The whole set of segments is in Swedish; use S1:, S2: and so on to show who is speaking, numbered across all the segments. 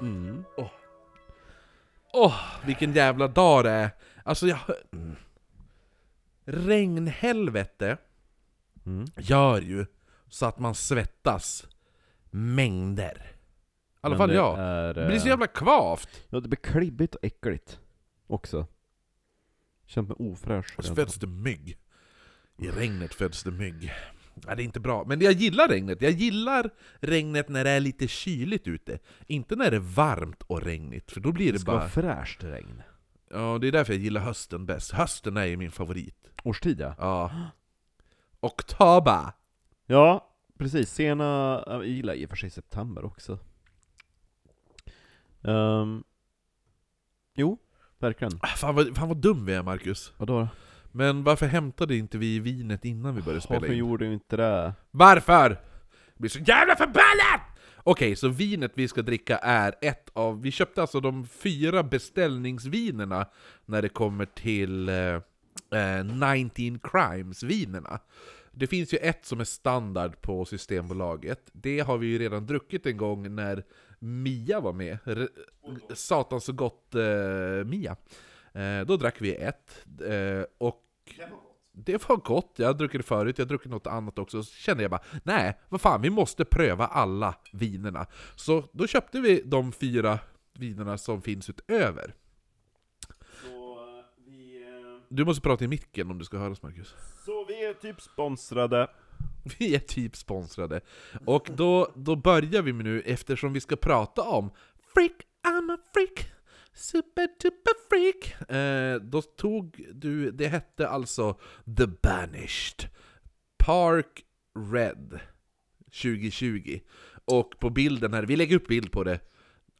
S1: Mm.
S2: Åh, vilken jävla dag det är! Alltså jag... Regnhelvete
S1: Mm.
S2: gör ju så att man svettas mängder. I alla
S1: Men
S2: fall
S1: det
S2: jag.
S1: Är,
S2: Det blir så
S1: eh,
S2: jävla kvavt!
S1: Ja, det blir klibbigt och äckligt. Också. Känns mig ofräsch.
S2: Och så föds det mygg. I regnet föds det mygg. Ja, det är inte bra. Men jag gillar regnet. Jag gillar regnet när det är lite kyligt ute. Inte när det är varmt och regnigt, för då blir
S1: det
S2: det
S1: ska vara
S2: bara...
S1: fräscht regn.
S2: Ja, det är därför jag gillar hösten bäst. Hösten är ju min favorit.
S1: Årstid ja.
S2: Ja. Oktober!
S1: Ja, precis. Sena, jag gillar i och för sig september också. Ehm, jo, verkligen.
S2: Ah, Fan vad, fan vad dum vi är Marcus.
S1: Vadå?
S2: Men varför hämtade inte vi vinet innan vi började spela
S1: Varför
S2: in?
S1: gjorde vi inte det?
S2: Varför? Jag blir så jävla förbannad! Okej, så vinet vi ska dricka är ett av... Vi köpte alltså de fyra beställningsvinerna när det kommer till eh, eh, 19 Crimes-vinerna. Det finns ju ett som är standard på Systembolaget. Det har vi ju redan druckit en gång när Mia var med. Re- Satan så gott eh, Mia. Eh, då drack vi ett. Eh, och det var gott, jag har druckit det förut, jag har druckit något annat också, så kände jag bara Nej, vad fan, vi måste pröva alla vinerna. Så då köpte vi de fyra vinerna som finns utöver.
S1: Så vi, eh,
S2: Du måste prata i micken om du ska höras Marcus.
S1: så vi är typ sponsrade.
S2: Vi är typ sponsrade. Och då, då börjar vi med nu eftersom vi ska prata om Freak, I'm a freak, super duper freak. Eh, då tog du, det hette alltså The Banished Park Red 2020. Och på bilden här, vi lägger upp bild på det.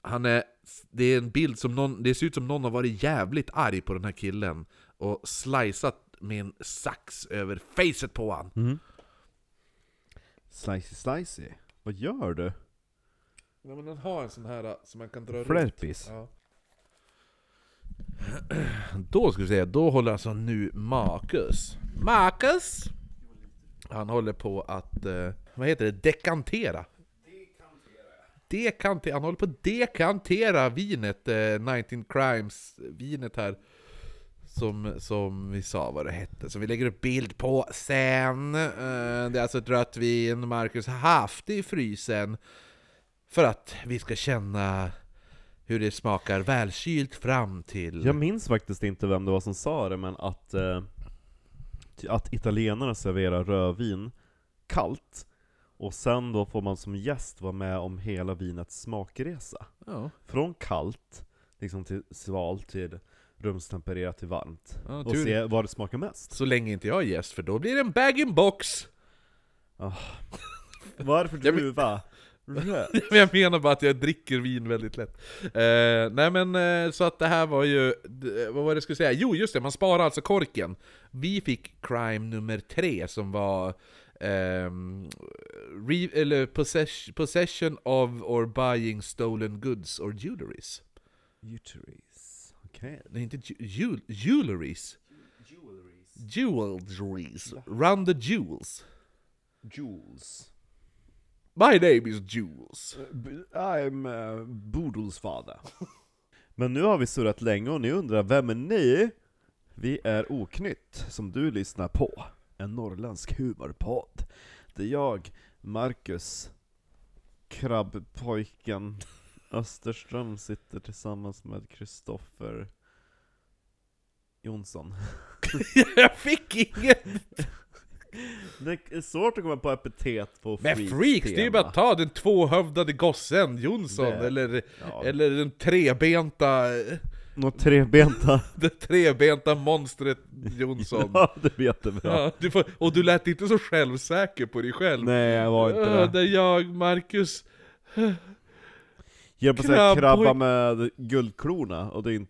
S2: Han är, det är en bild som någon, det ser ut som någon har varit jävligt arg på den här killen och sliceat med en sax över facet på han.
S1: Slicey slicey. Vad gör du?
S2: Ja men den har en sån här äh, som man kan dra runt.
S1: Flärpis.
S2: Ja. Då ska vi säga, då håller alltså nu Marcus. Marcus! Han håller på att, eh, vad heter det, dekantera. Dekantera. Han håller på att dekantera vinet, eh, 19 Crimes vinet här. Som, som vi sa vad det hette, som vi lägger upp bild på sen. Eh, det är alltså ett rött vin Marcus har haft i frysen. För att vi ska känna hur det smakar välkylt fram till...
S1: Jag minns faktiskt inte vem det var som sa det, men att, eh, ty- att italienarna serverar rödvin kallt, och sen då får man som gäst vara med om hela vinets smakresa.
S2: Ja,
S1: Från kallt, liksom till svalt, till rumstempererat, till varmt.
S2: ja,
S1: Och
S2: tur.
S1: se vad det smakar mest.
S2: Så länge inte jag är gäst, för då blir det en bag-in-box!
S1: Varför
S2: Ja, men-
S1: druva? Röd.
S2: Men jag menar bara att jag dricker vin väldigt lätt. Eh, nej men, eh, så att det här var ju... d- Vad var det jag skulle säga? Jo, just det, man sparar alltså korken. Vi fick crime nummer tre som var... ehm, re, eller possess, possession of or buying stolen goods or jewelries.
S1: Uteries. Okej.
S2: Nej, inte ju, jewel, jewelries. Jewelries. Run the jewels.
S1: Jules.
S2: My name is Jules.
S1: I'm uh, Bodils father. Men nu har vi surrat länge och ni undrar, vem är ni? Vi är Oknytt, som du lyssnar på. En norrländsk humorpodd. Det är jag, Marcus, krabbpojken Österström sitter tillsammans med Kristoffer Jonsson.
S2: jag fick ingen!
S1: Det är svårt att komma på epitet på
S2: Men
S1: freaks
S2: freaks, det är ju bara
S1: tema.
S2: att ta den tvåhövdade gossen Jonsson,
S1: Det-
S2: eller,
S1: Ja,
S2: eller den trebenta,
S1: Något trebenta.
S2: det trebenta monstret Jonsson. ja.
S1: Ja, det vet du bra.
S2: du får, och du lät inte så självsäker på dig själv.
S1: Nej, jag var inte
S2: Äh,
S1: det.
S2: det är jag, Marcus.
S1: Jag höll på att säga krabba
S2: Krabbpojk.
S1: med guldklorna, och det är en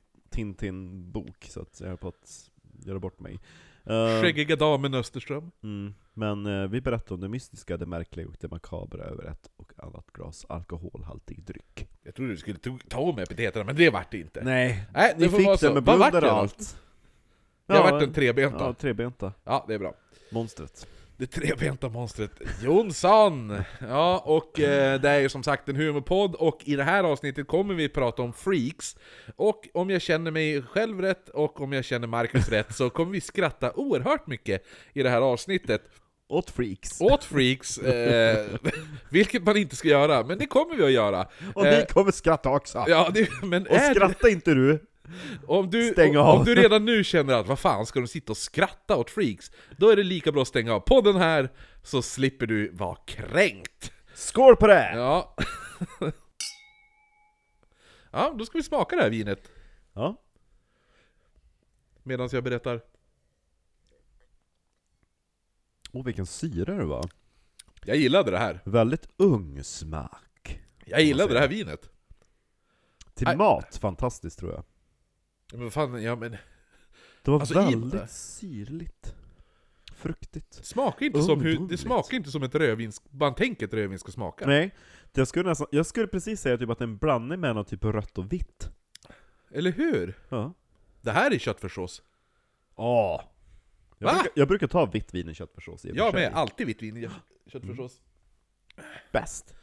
S1: Tintin-bok, så att jag höll på att göra bort mig. Eh,
S2: Skäggiga damen Österström.
S1: mm, men eh, vi berättar om det mystiska, det märkliga och det makabra över ett och annat glas alkoholhaltig dryck.
S2: Jag trodde du skulle to- ta om epiteterna, men det vart det inte.
S1: Nej,
S2: Nej, det
S1: ni
S2: får
S1: fick
S2: vara
S1: det
S2: så.
S1: med
S2: Vad vart
S1: blunder
S2: det
S1: och
S2: då?
S1: allt.
S2: Jag vart den
S1: ja,
S2: trebenta.
S1: trebenta.
S2: Ja, det är bra.
S1: Monstret.
S2: Det- Det trebenta monstret Jonsson! Ja, och eh, det är ju som sagt en humorpodd och i det här avsnittet kommer vi prata om freaks. Och om jag känner mig själv rätt och om jag känner Marcus rätt så kommer vi skratta oerhört mycket i det här avsnittet.
S1: Åt freaks.
S2: Åt freaks, eh, vilket man inte ska göra, men det kommer vi att göra.
S1: Och
S2: eh,
S1: ni kommer skratta också.
S2: Ja, det, men
S1: Och
S2: är det-
S1: skratta inte du.
S2: om du,
S1: Stäng
S2: om,
S1: av.
S2: om du redan nu känner att vad fan ska de sitta och skratta åt freaks? Då är det lika bra att stänga av podden här, så slipper du vara kränkt.
S1: Skål på det! Ja.
S2: Ja. ja, då ska vi smaka det här vinet medan jag berättar.
S1: Och vilken syra det var.
S2: Jag gillade det här.
S1: Väldigt ung smak.
S2: Jag gillade det här vinet.
S1: Till
S2: Nej.
S1: mat, fantastiskt tror jag.
S2: Ja, Men fan, ja men
S1: Det var
S2: Alltså, i-
S1: väldigt syrligt. Fruktigt.
S2: smakar inte som hur, det
S1: Ungdomligt.
S2: smakar inte som ett rödvin, man tänker ett rödvin ska smaka.
S1: Nej, jag skulle, nästan, jag skulle precis säga typ att det är en blandning mellan typ rött och vitt.
S2: Eller hur?
S1: Ja.
S2: Det här är köttfärssås.
S1: Ja. Jag
S2: Va?
S1: brukar, jag brukar ta vitt vin i köttfärssås i och för
S2: Jag
S1: sig.
S2: med, alltid vitt vin i köttfärssås.
S1: Bäst.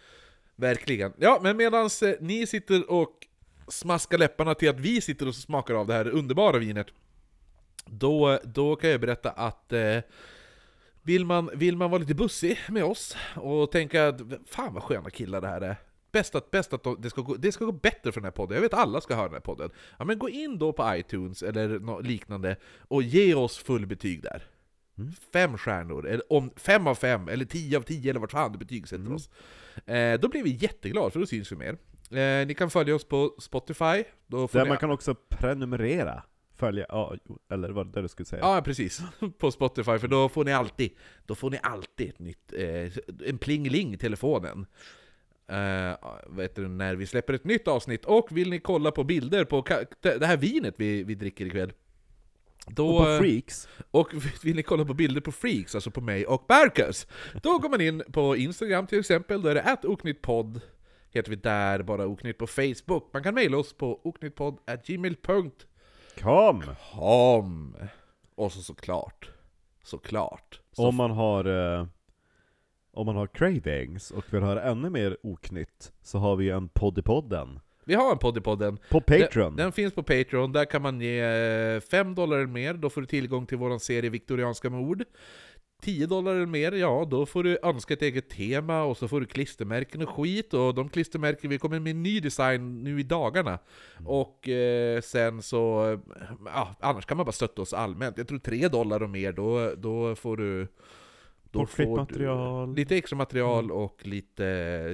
S2: Verkligen. Ja, men medan ni sitter och smaskar läpparna till att vi sitter och smakar av det här underbara vinet, då, då kan jag berätta att eh, vill, man, vill man vara lite bussig med oss och tänka att fan vad sköna killar det här är, Bäst att, bäst att de- det, ska gå, det ska gå bättre för den här podden, jag vet att alla ska höra den här podden. Ja men gå in då på iTunes eller nå liknande och ge oss fullbetyg där.
S1: Mm.
S2: Fem stjärnor, eller om fem av fem, eller tio av tio, eller vart fan du betygsätter
S1: Mm.
S2: oss. Eh, då blir vi jätteglada, för då syns vi mer. Eh, ni kan följa oss på Spotify. Då får
S1: Där
S2: ni
S1: man kan också prenumerera. Följa, ja, jo, eller vad det du skulle säga.
S2: Ja, precis. På Spotify, för då får ni alltid, då får ni alltid ett nytt, eh, en plingeling i telefonen. Eh, vad heter det, när vi släpper ett nytt avsnitt. Och vill ni kolla på bilder på ka- det här vinet vi, vi dricker ikväll. Då, eh,
S1: och på Freaks,
S2: och vill ni kolla på bilder på Freaks, alltså på mig och Marcus, då går man in på Instagram till exempel, då är det att oknyttpodd, heter vi där, bara oknytt på Facebook. Man kan mejla oss på oknyttpodd.gmail.com
S1: kom!
S2: Ham! Och så såklart, såklart. Så
S1: Om man har eh, om man har cravings och vill höra ännu mer oknytt så har vi en podd i podden.
S2: vi har en podd i podden.
S1: På Patreon!
S2: Den, den finns på Patreon, där kan man ge eh, 5 dollar eller mer, då får du tillgång till vår serie Viktorianska mord. 10 dollar eller mer, ja då får du önska ett eget tema och så får du klistermärken och skit och de klistermärken, vi kommer med ny design nu i dagarna.
S1: Mm.
S2: Och eh, sen så, eh, ja, annars kan man bara stötta oss allmänt. Jag tror 3 dollar och mer, då, då får du... Då
S1: Bortklippt
S2: får du-
S1: material.
S2: Lite extra material och lite,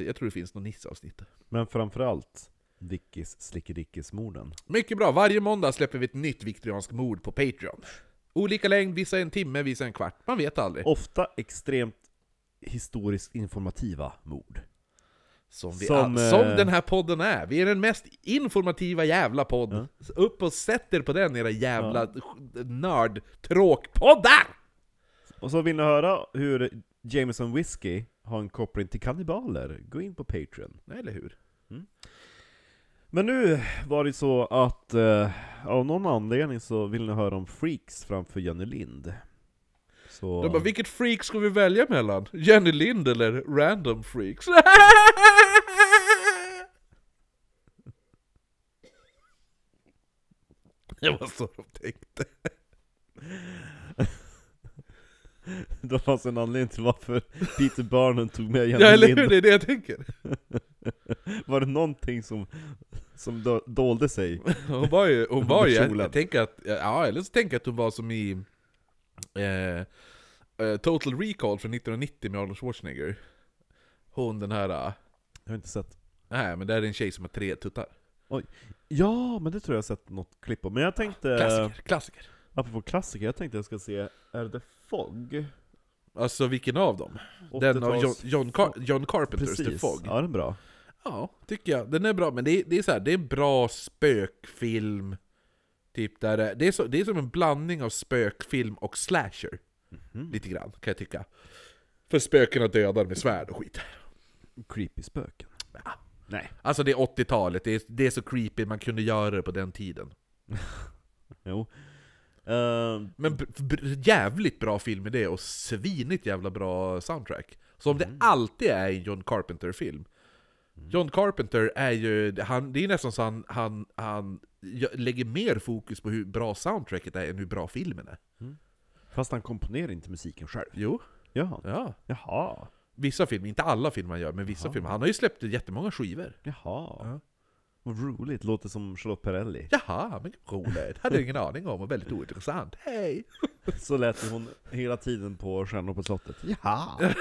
S2: jag tror det finns något Nisse-avsnitt.
S1: Men framförallt Vickis Slickedickis-morden.
S2: Mycket bra, varje måndag släpper vi ett nytt viktorianskt mord på Patreon. Olika längd, vissa en timme, vissa en kvart. Man vet aldrig.
S1: Ofta extremt historiskt informativa mord.
S2: Som, vi
S1: som,
S2: all, som
S1: eh,
S2: den här podden är. Vi är den mest informativa jävla podd. Upp och sätt er på den era jävla ja. nördtråkpoddar!
S1: Och så vill ni höra hur Jameson Whiskey har en koppling till kannibaler, gå in på Patreon.
S2: Eller hur?
S1: Mm. Men nu var det så att eh, av någon anledning så vill ni höra om Freaks framför Jenny Lind. Så...
S2: De bara, vilket freak ska vi välja mellan? Jenny Lind eller random freaks? Det var så de tänkte.
S1: Det fanns en anledning till varför Peter Barnum tog med
S2: Ja,
S1: Jenny
S2: eller hur?
S1: Lind.
S2: Det är det jag tänker.
S1: Var det någonting som, som do, dolde sig?
S2: Hon var ju, hon var ju jag,
S1: Kjolen.
S2: jag tänker att, ja eller så tänker jag att hon var som i eh, eh, Total Recall från 1990 med Arnold Schwarzenegger Hon den här, eh,
S1: Jag har inte sett.
S2: nej men där är en tjej som har tre tuttar
S1: Ja, men det tror jag har sett något klipp på. Men jag tänkte,
S2: Klassiker, klassiker
S1: apropå klassiker, jag tänkte jag ska se, är det Fogg?
S2: Alltså vilken av dem? Den av John,
S1: 80-tals-
S2: John, Car John Carpenters The
S1: Precis,
S2: Fog
S1: ja den är bra.
S2: Ja, tycker jag. Den är bra, men det är, det är så här, det är en bra spökfilm. Typ där, det- det, är så, det är som en blandning av spökfilm och slasher. Lite grann, kan jag tycka. För spökena dödar med svärd och skit.
S1: Creepy spöken.
S2: Ja.
S1: Nej,
S2: Alltså det är 80-talet, det är, det är så creepy man kunde göra det på den tiden.
S1: jo. Eh,
S2: Men b- b- jävligt bra film i det och svinigt jävla bra soundtrack. Som det alltid är i en John Carpenter-film. John Carpenter är ju, han, det är nästan så han, han, han gö- lägger mer fokus på hur bra soundtracket är än hur bra filmen är.
S1: fast han komponerar inte musiken själv.
S2: Jo,
S1: Ja.
S2: ja.
S1: Jaha.
S2: Vissa filmer, inte alla filmer han gör, men vissa filmer. Han har ju släppt jättemånga skivor.
S1: Jaha.
S2: Ja.
S1: Vad roligt, låter som Charlotte Perrelli.
S2: Jaha, men roligt. Hade jag ingen aning om och väldigt ointressant. Hej!
S1: Så lät hon hela tiden på Stjärnor på slottet. Jaha!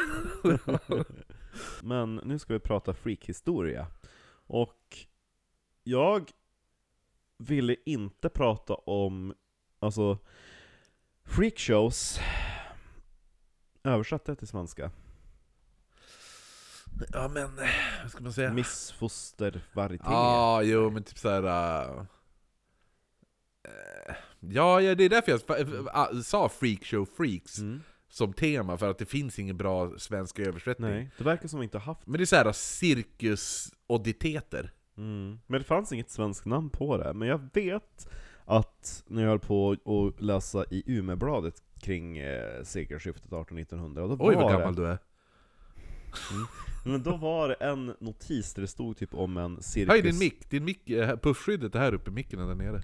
S1: Men nu ska vi prata freakhistoria. Och jag ville inte prata om, alltså, freakshows. Översatt det till svenska.
S2: Ja men, eh, vad ska man säga?
S1: Missfostervarieté.
S2: Ja, jo men typ såhär... Uh... eh, Ja, ja, det är därför jag sp- eh, sa freakshow freaks
S1: Mm.
S2: som tema, för att det finns ingen bra svensk översättning.
S1: Nej, det verkar som vi inte haft.
S2: Men det är såhär cirkusodditeter.
S1: Mm. Men det fanns inget svenskt namn på det. Men jag vet att när jag höll på att läsa i Umebladet kring eh, sekelskiftet 1800-1900, då
S2: Oj
S1: var
S2: vad
S1: det-
S2: gammal du är.
S1: Men då var det en notis där det stod typ om en cirkus...
S2: Höj din mick, din mick, eh, puffskyddet är här uppe, micken är där nere.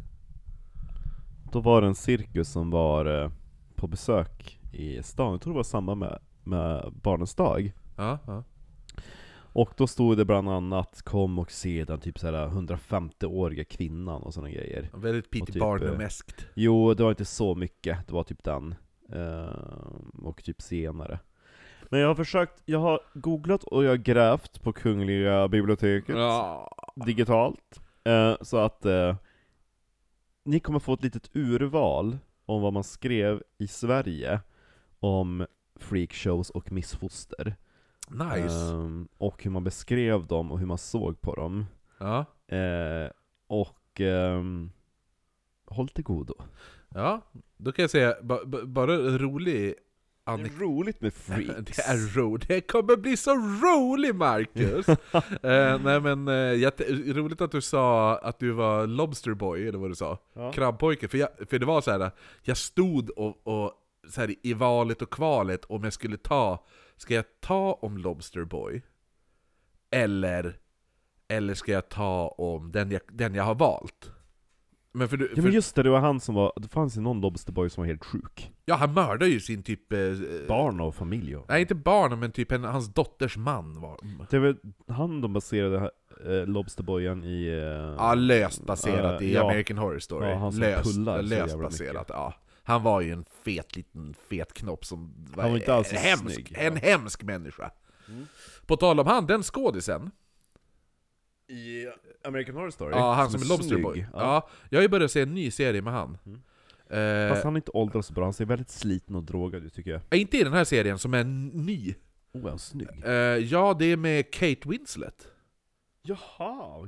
S1: Då var det en cirkus som var eh, på besök i stan, jag tror det var samma med, med Barnens dag.
S2: Ja, ja.
S1: Och då stod det bland annat 'Kom och se den typ såhär 150-åriga kvinnan' och sådana grejer.
S2: Väldigt P.T.
S1: Och typ,
S2: Barnum-eskt.
S1: Jo, det var inte så mycket. Det var typ den. Ehm, och typ senare. Men jag har försökt, jag har googlat och jag har grävt på Kungliga biblioteket
S2: Ja.
S1: digitalt. Eh, så att eh, ni kommer få ett litet urval om vad man skrev i Sverige om freakshows och missfoster.
S2: Nice.
S1: Ehm, och hur man beskrev dem och hur man såg på dem.
S2: Ja.
S1: Eh, och ehm, håll till godo.
S2: ja, då kan jag säga, ba- ba- bara rolig
S1: Det
S2: anek-
S1: är roligt med freaks.
S2: Det är roligt, det kommer bli så roligt Marcus! eh, nej men, eh, jätte- roligt att du sa att du var Lobsterboy, eller vad du sa?
S1: Ja.
S2: Krabbpojke, för, jag, för det var så här. jag stod och, och så här, i valet och kvalet om jag skulle ta, ska jag ta om Lobsterboy? Eller, eller ska jag ta om den jag, den jag har valt? Men för, du,
S1: Ja
S2: för,
S1: men just det, det var han som var, det fanns ju någon Lobsterboy som var helt sjuk.
S2: ja, han mördar ju sin typ... Eh,
S1: Barn och familj och...
S2: nej inte barn, men typ en, hans dotters man var
S1: Det var han de baserade eh, Lobsterboyen i... Eh,
S2: Ja, löst baserat
S1: Eh,
S2: i
S1: ja.
S2: American Horror Story.
S1: Ja, han som
S2: löst
S1: pullar så
S2: löst
S1: jävla
S2: baserat, ja. Han var ju en fet liten fet knopp som var,
S1: Han var inte alls så
S2: en, hemsk,
S1: snygg, ja. Mm.
S2: en hemsk människa. På tal om han, den skådisen,
S1: I eh, American Horror Story?
S2: ja, han som är Lobsterboy.
S1: snygg. Mm.
S2: Ja. jag har ju börjat se en ny serie med han. Eh,
S1: Fast han är inte åldrats så bra, han ser väldigt sliten och drogad ut tycker jag.
S2: Inte i den här serien som är n- ny.
S1: Oh, han är snygg.
S2: Eh, ja, det är med Kate Winslet.
S1: Jaha,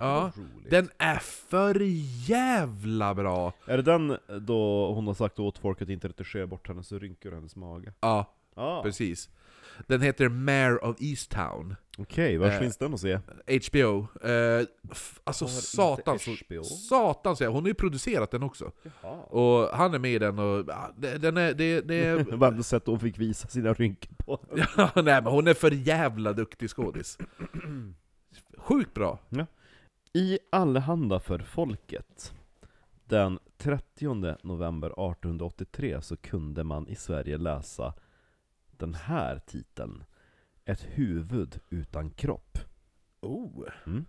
S2: Ja,
S1: roligt.
S2: Den är för jävla bra!
S1: Är det den eh, då hon har sagt åt folk att inte retuschera bort hennes rynkor och hennes mage? Ah,
S2: Ja,
S1: Ja, okej,
S2: precis. Den heter Mare of Easttown.
S1: var
S2: Eh,
S1: finns den att se?
S2: HBO. Eh, f- alltså
S1: Har inte
S2: satan så...
S1: HBO?
S2: Satan så Hon har ju producerat den också. Och han är med i den och... ja, det- Den är... Det, det
S1: Det var ändå sätt hon fick visa sina rynkor på.
S2: ja, nej men hon är för jävla duktig skådis. Sjukt bra.
S1: I Allehanda för folket. Den 30 november 1883 så kunde man i Sverige läsa den här titeln. Ett huvud utan kropp.
S2: Oh.
S1: Mm.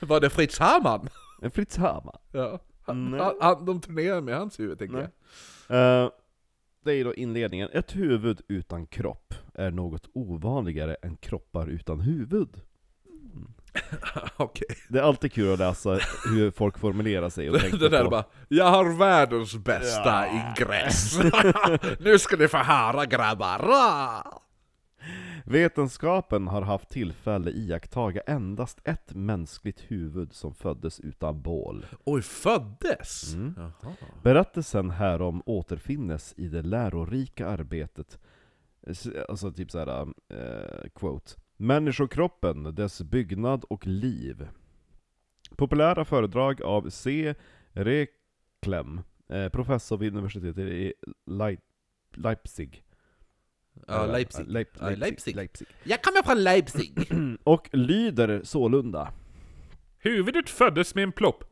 S2: Var det Fritz Hamann?
S1: En Fritz Hamann.
S2: Ja. Han,
S1: Nej.
S2: han, han, de turnerar med hans huvud tänker
S1: Nej.
S2: jag.
S1: Eh, det är då inledningen. Ett huvud utan kropp är något ovanligare än kroppar utan huvud.
S2: Okej.
S1: Det är alltid kul att läsa hur folk formulerar sig och tänker
S2: Det där
S1: på.
S2: bara, jag har världens bästa ingress. nu ska ni få höra grabbar.
S1: Vetenskapen har haft tillfälle iakttaga endast ett mänskligt huvud som föddes utan bål.
S2: Oj, föddes?
S1: Mm.
S2: Jaha.
S1: Berättelsen härom återfinnes i det lärorika arbetet, alltså typ såhär, eh, quote. Människokroppen, dess byggnad och liv. Populära föredrag av C. Reklem Eh, professor vid universitetet i Leip Leipzig.
S2: Ja,
S1: Eller,
S2: Leipzig.
S1: Leip
S2: Ja, Leipzig.
S1: Leipzig. Leipzig.
S2: Jag kommer från Leipzig.
S1: Och lyder sålunda.
S2: Huvudet föddes med en plopp.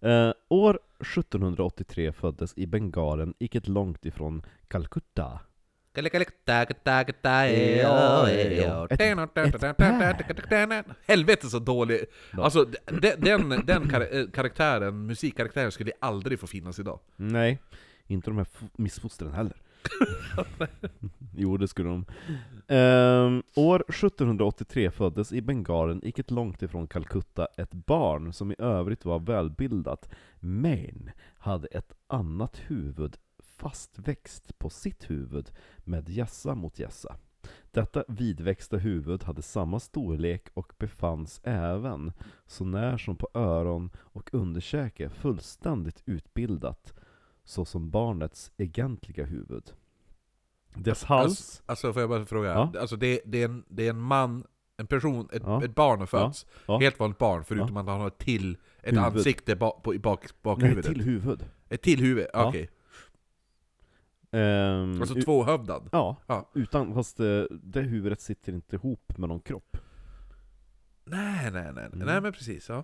S1: Eh, år 1783 föddes i Bengalen, icke långt ifrån Calcutta.
S2: Helvete så dålig!
S1: Ja.
S2: Alltså den, den, den kar- eh, karaktären, musikkaraktären skulle aldrig få finnas idag.
S1: Nej, inte de här fo- missfostren heller. jo, det skulle de. Ehm, år 1783 föddes i Bengalen, icke långt ifrån Calcutta, ett barn som i övrigt var välbildat, men hade ett annat huvud fastväxt på sitt huvud med hjässa mot hjässa. Detta vidväxta huvud hade samma storlek och befanns även, så när som på öron och underkäke, fullständigt utbildat såsom barnets egentliga huvud. Dess hals...
S2: Alltså får jag bara fråga,
S1: Ja.
S2: alltså, det, det, är en, det är en man, en person, ett,
S1: Ja.
S2: ett barn har fötts.
S1: Ja.
S2: Helt vanligt barn, förutom att han har ett till, ett
S1: Huvud.
S2: ansikte ba, på, i bak,
S1: Nej,
S2: bakhuvudet.
S1: till huvud.
S2: Ett till huvud,
S1: Ja.
S2: okej.
S1: Ehm,
S2: Alltså
S1: u-
S2: tvåhövdad.
S1: Ja,
S2: Ja.
S1: utan, fast det, det huvudet sitter inte ihop med någon kropp.
S2: Nej, nej, nej.
S1: Mm.
S2: Nej men precis, ja.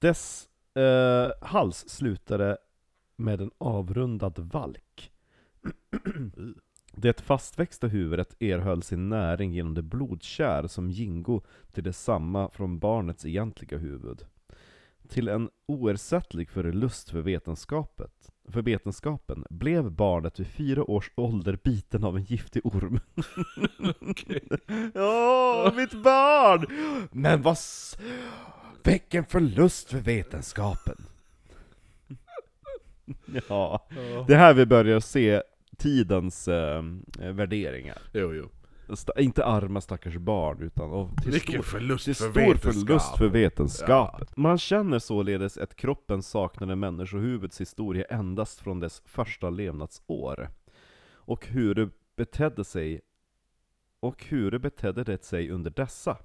S1: Dess eh, hals slutade med en avrundad valk. Det fastväxta huvudet erhöll sin näring genom det blodkärl som gingo till detsamma från barnets egentliga huvud. Till en oersättlig förlust för, vetenskapet, för vetenskapen blev barnet vid fyra års ålder biten av en giftig orm. Åh, mitt barn! Men vad... s- Vilken förlust för vetenskapen! ja, det är här vi börjar se tidens eh, värderingar.
S2: Jo, jo.
S1: Sta- inte arma stackars barn, utan och till
S2: Vilken
S1: stor,
S2: förlust
S1: till
S2: för
S1: stor
S2: vetenskap.
S1: förlust för vetenskapen. Man känner således att kroppen saknade människohuvudets historia endast från dess första levnadsår. Och hur det betedde sig och hur det betedde det sig under dessa.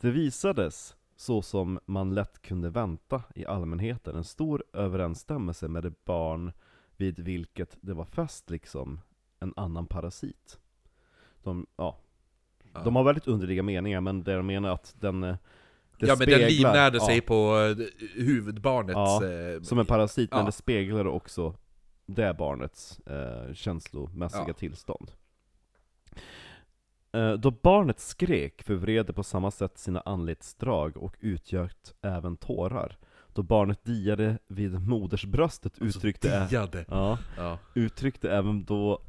S1: Det visades, så som man lätt kunde vänta i allmänheten, en stor överensstämmelse med det barn vid vilket det var fäst liksom en annan parasit. De, ja,
S2: Ja.
S1: de har väldigt underliga meningar, men det de menar är att den... eh, det
S2: ja men den
S1: speglar-
S2: livnärde
S1: ja,
S2: sig på eh, huvudbarnets...
S1: Ja,
S2: eh,
S1: Som en parasit, men
S2: Ja.
S1: det speglar också det barnets eh, känslomässiga
S2: Ja.
S1: tillstånd. Eh, då barnet skrek förvred på samma sätt sina anletsdrag och utgöt även tårar. Då barnet diade vid modersbröstet uttryckte, ä-
S2: Alltså, diade.
S1: ja,
S2: Ja.
S1: uttryckte även då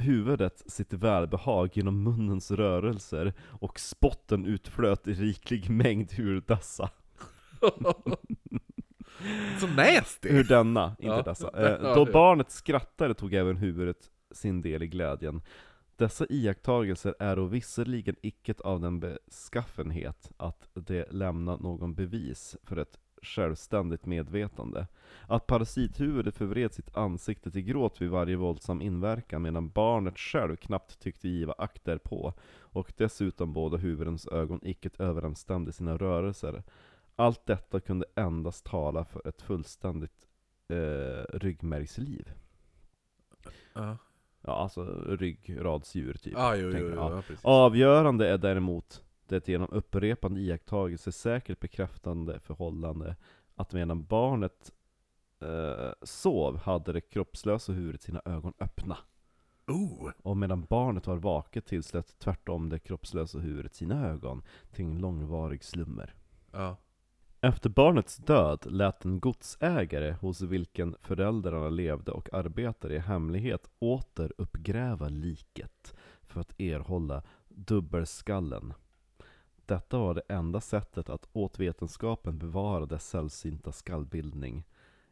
S1: huvudet sitt välbehag genom munnens rörelser och spotten utflöt i riklig mängd ur dessa.
S2: Så nasty!
S1: Ur denna, inte
S2: Ja.
S1: dessa. Eh,
S2: Ja,
S1: då
S2: ja.
S1: barnet skrattade tog även huvudet sin del i glädjen. Dessa iakttagelser är och visserligen icket av den beskaffenhet att det lämnar någon bevis för ett självständigt medvetande. Att parasithuvudet förvred sitt ansikte till gråt vid varje våldsam inverkan medan barnet själv knappt tyckte giva akt därpå och dessutom båda huvudens ögon icket överensstämde i sina rörelser. Allt detta kunde endast tala för ett fullständigt eh, ryggmärgsliv.
S2: Ja,
S1: Ja, alltså ryggradsdjur typ.
S2: ah, jo, jo,
S1: tänker
S2: jo,
S1: jag.
S2: ja, precis.
S1: Avgörande är däremot det genom upprepande iakttagelser säkert bekräftande förhållande att medan barnet eh, sov hade det kroppslösa huvudet sina ögon öppna.
S2: Oh.
S1: Och medan barnet var vaket tillslöt tvärtom det kroppslösa huvudet sina ögon till en långvarig slummer.
S2: Ja.
S1: Efter barnets död lät en godsägare hos vilken föräldrarna levde och arbetade i hemlighet åter uppgräva liket för att erhålla dubbelskallen. Detta var det enda sättet att åt vetenskapen bevara dess sällsynta skallbildning,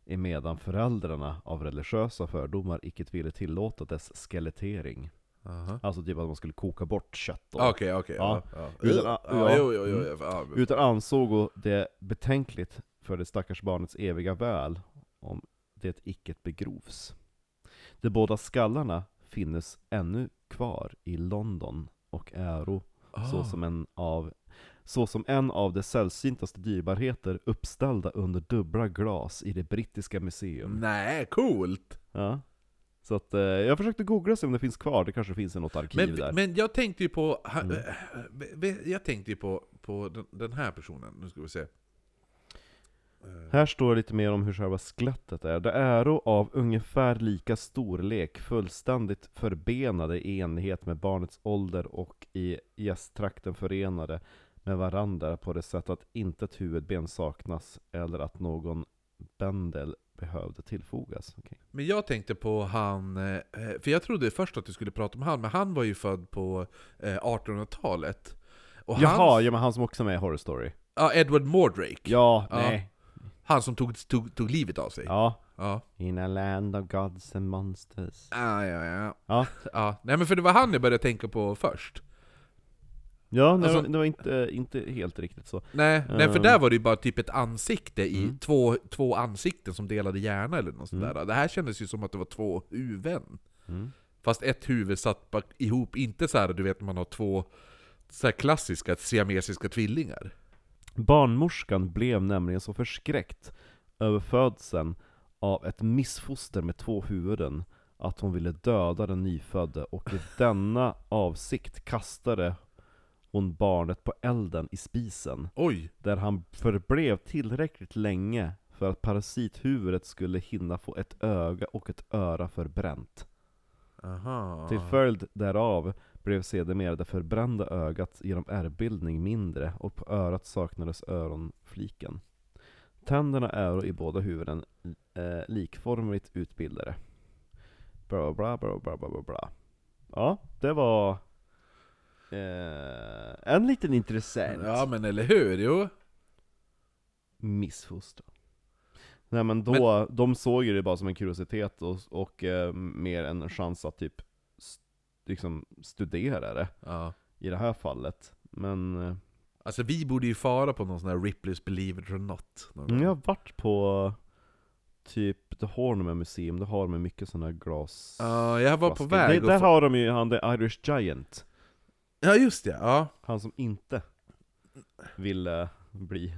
S1: emedan föräldrarna av religiösa fördomar icke ville tillåta dess skelettering.
S2: Aha.
S1: Alltså typ att man skulle koka bort kött och
S2: Ah, Okej, okej. Ja. Ja.
S1: Utan-
S2: Ja.
S1: ja. Mm.
S2: Jo, jo, jo, jo. ja.
S1: utan ansåg och det betänkligt för det stackars barnets eviga väl om det icke begrovs. De båda skallarna finnes ännu kvar i London och äro
S2: Ah.
S1: såsom en av så som en av dess sällsyntaste dyrbarheter uppställda under dubbla glas i det brittiska
S2: Mm.
S1: museum.
S2: Nej, coolt!
S1: Ja. Så att, eh, jag försökte googla se om det finns kvar, det kanske finns i något arkiv
S2: Men,
S1: där. Mm.
S2: men jag tänkte ju på... ha- v- v- Jag tänkte ju på, på den, den här personen, nu ska vi se. Eh.
S1: Här står det lite mer om hur själva skelettet är. Det äro av ungefär lika storlek, fullständigt förbenade i enlighet med barnets ålder och i gästtrakten förenade med varandra på det sätt att intet huvudben saknas eller att någon bändel behövde tillfogas. Okej.
S2: Men jag tänkte på han, eh, för jag trodde först att du skulle prata om han, men han var ju född på eh, 1800-talet. Och
S1: Jaha,
S2: han,
S1: ja, men han som också är med i Horror Story.
S2: ja, Edward Mordrake,
S1: Ja,
S2: Ja.
S1: nej.
S2: han som tog, tog, tog livet av sig.
S1: Ja.
S2: Ja.
S1: In a land of gods and monsters.
S2: Ah, ja, ja.
S1: Ja,
S2: ja. Nej men för det var han jag började tänka på först.
S1: ja nej,
S2: Alltså-
S1: det var inte, inte helt riktigt så.
S2: Nej, nej för
S1: Ehm.
S2: där var det ju bara typ ett ansikte i
S1: Mm.
S2: två, två ansikten som delade hjärna eller något sånt
S1: Mm.
S2: där. Det här kändes ju som att det var två huvuden.
S1: Mm.
S2: Fast ett huvud satt bak- ihop, inte så här du vet när man har två så här klassiska siamesiska tvillingar.
S1: Barnmorskan blev nämligen så förskräckt över födseln av ett missfoster med två huvuden att hon ville döda den nyfödde och i denna avsikt kastade hon barnet på elden i spisen
S2: Oj!
S1: där han förblev tillräckligt länge för att parasithuvudet skulle hinna få ett öga och ett öra förbränt.
S2: Aha.
S1: Till följd därav blev sedermera det förbrända ögat genom ärrbildning mindre och på örat saknades öronfliken. Tänderna är i båda huvuden eh, likformigt utbildade. Bla bla bla bla bla bla bla. Ja, det var eh, en liten intressant
S2: Ja men eller hur, jo.
S1: missfostran. Nej men då, de såg ju det bara som en kuriositet och, och eh, mer en chans att typ st- liksom studera det
S2: Ja.
S1: i det här fallet. Men eh,
S2: Alltså vi borde ju fara på någon sån här Ripley's Believe It or Not. någon gång.
S1: Mm, jag har varit på typ The Hornman Museum, det har de ju mycket sådana här glas...
S2: Ja, jag var på
S1: flaskor.
S2: väg
S1: Det,
S2: att
S1: där
S2: få-
S1: har de ju han The Irish Giant,
S2: Ja just det, ja.
S1: han som inte ville bli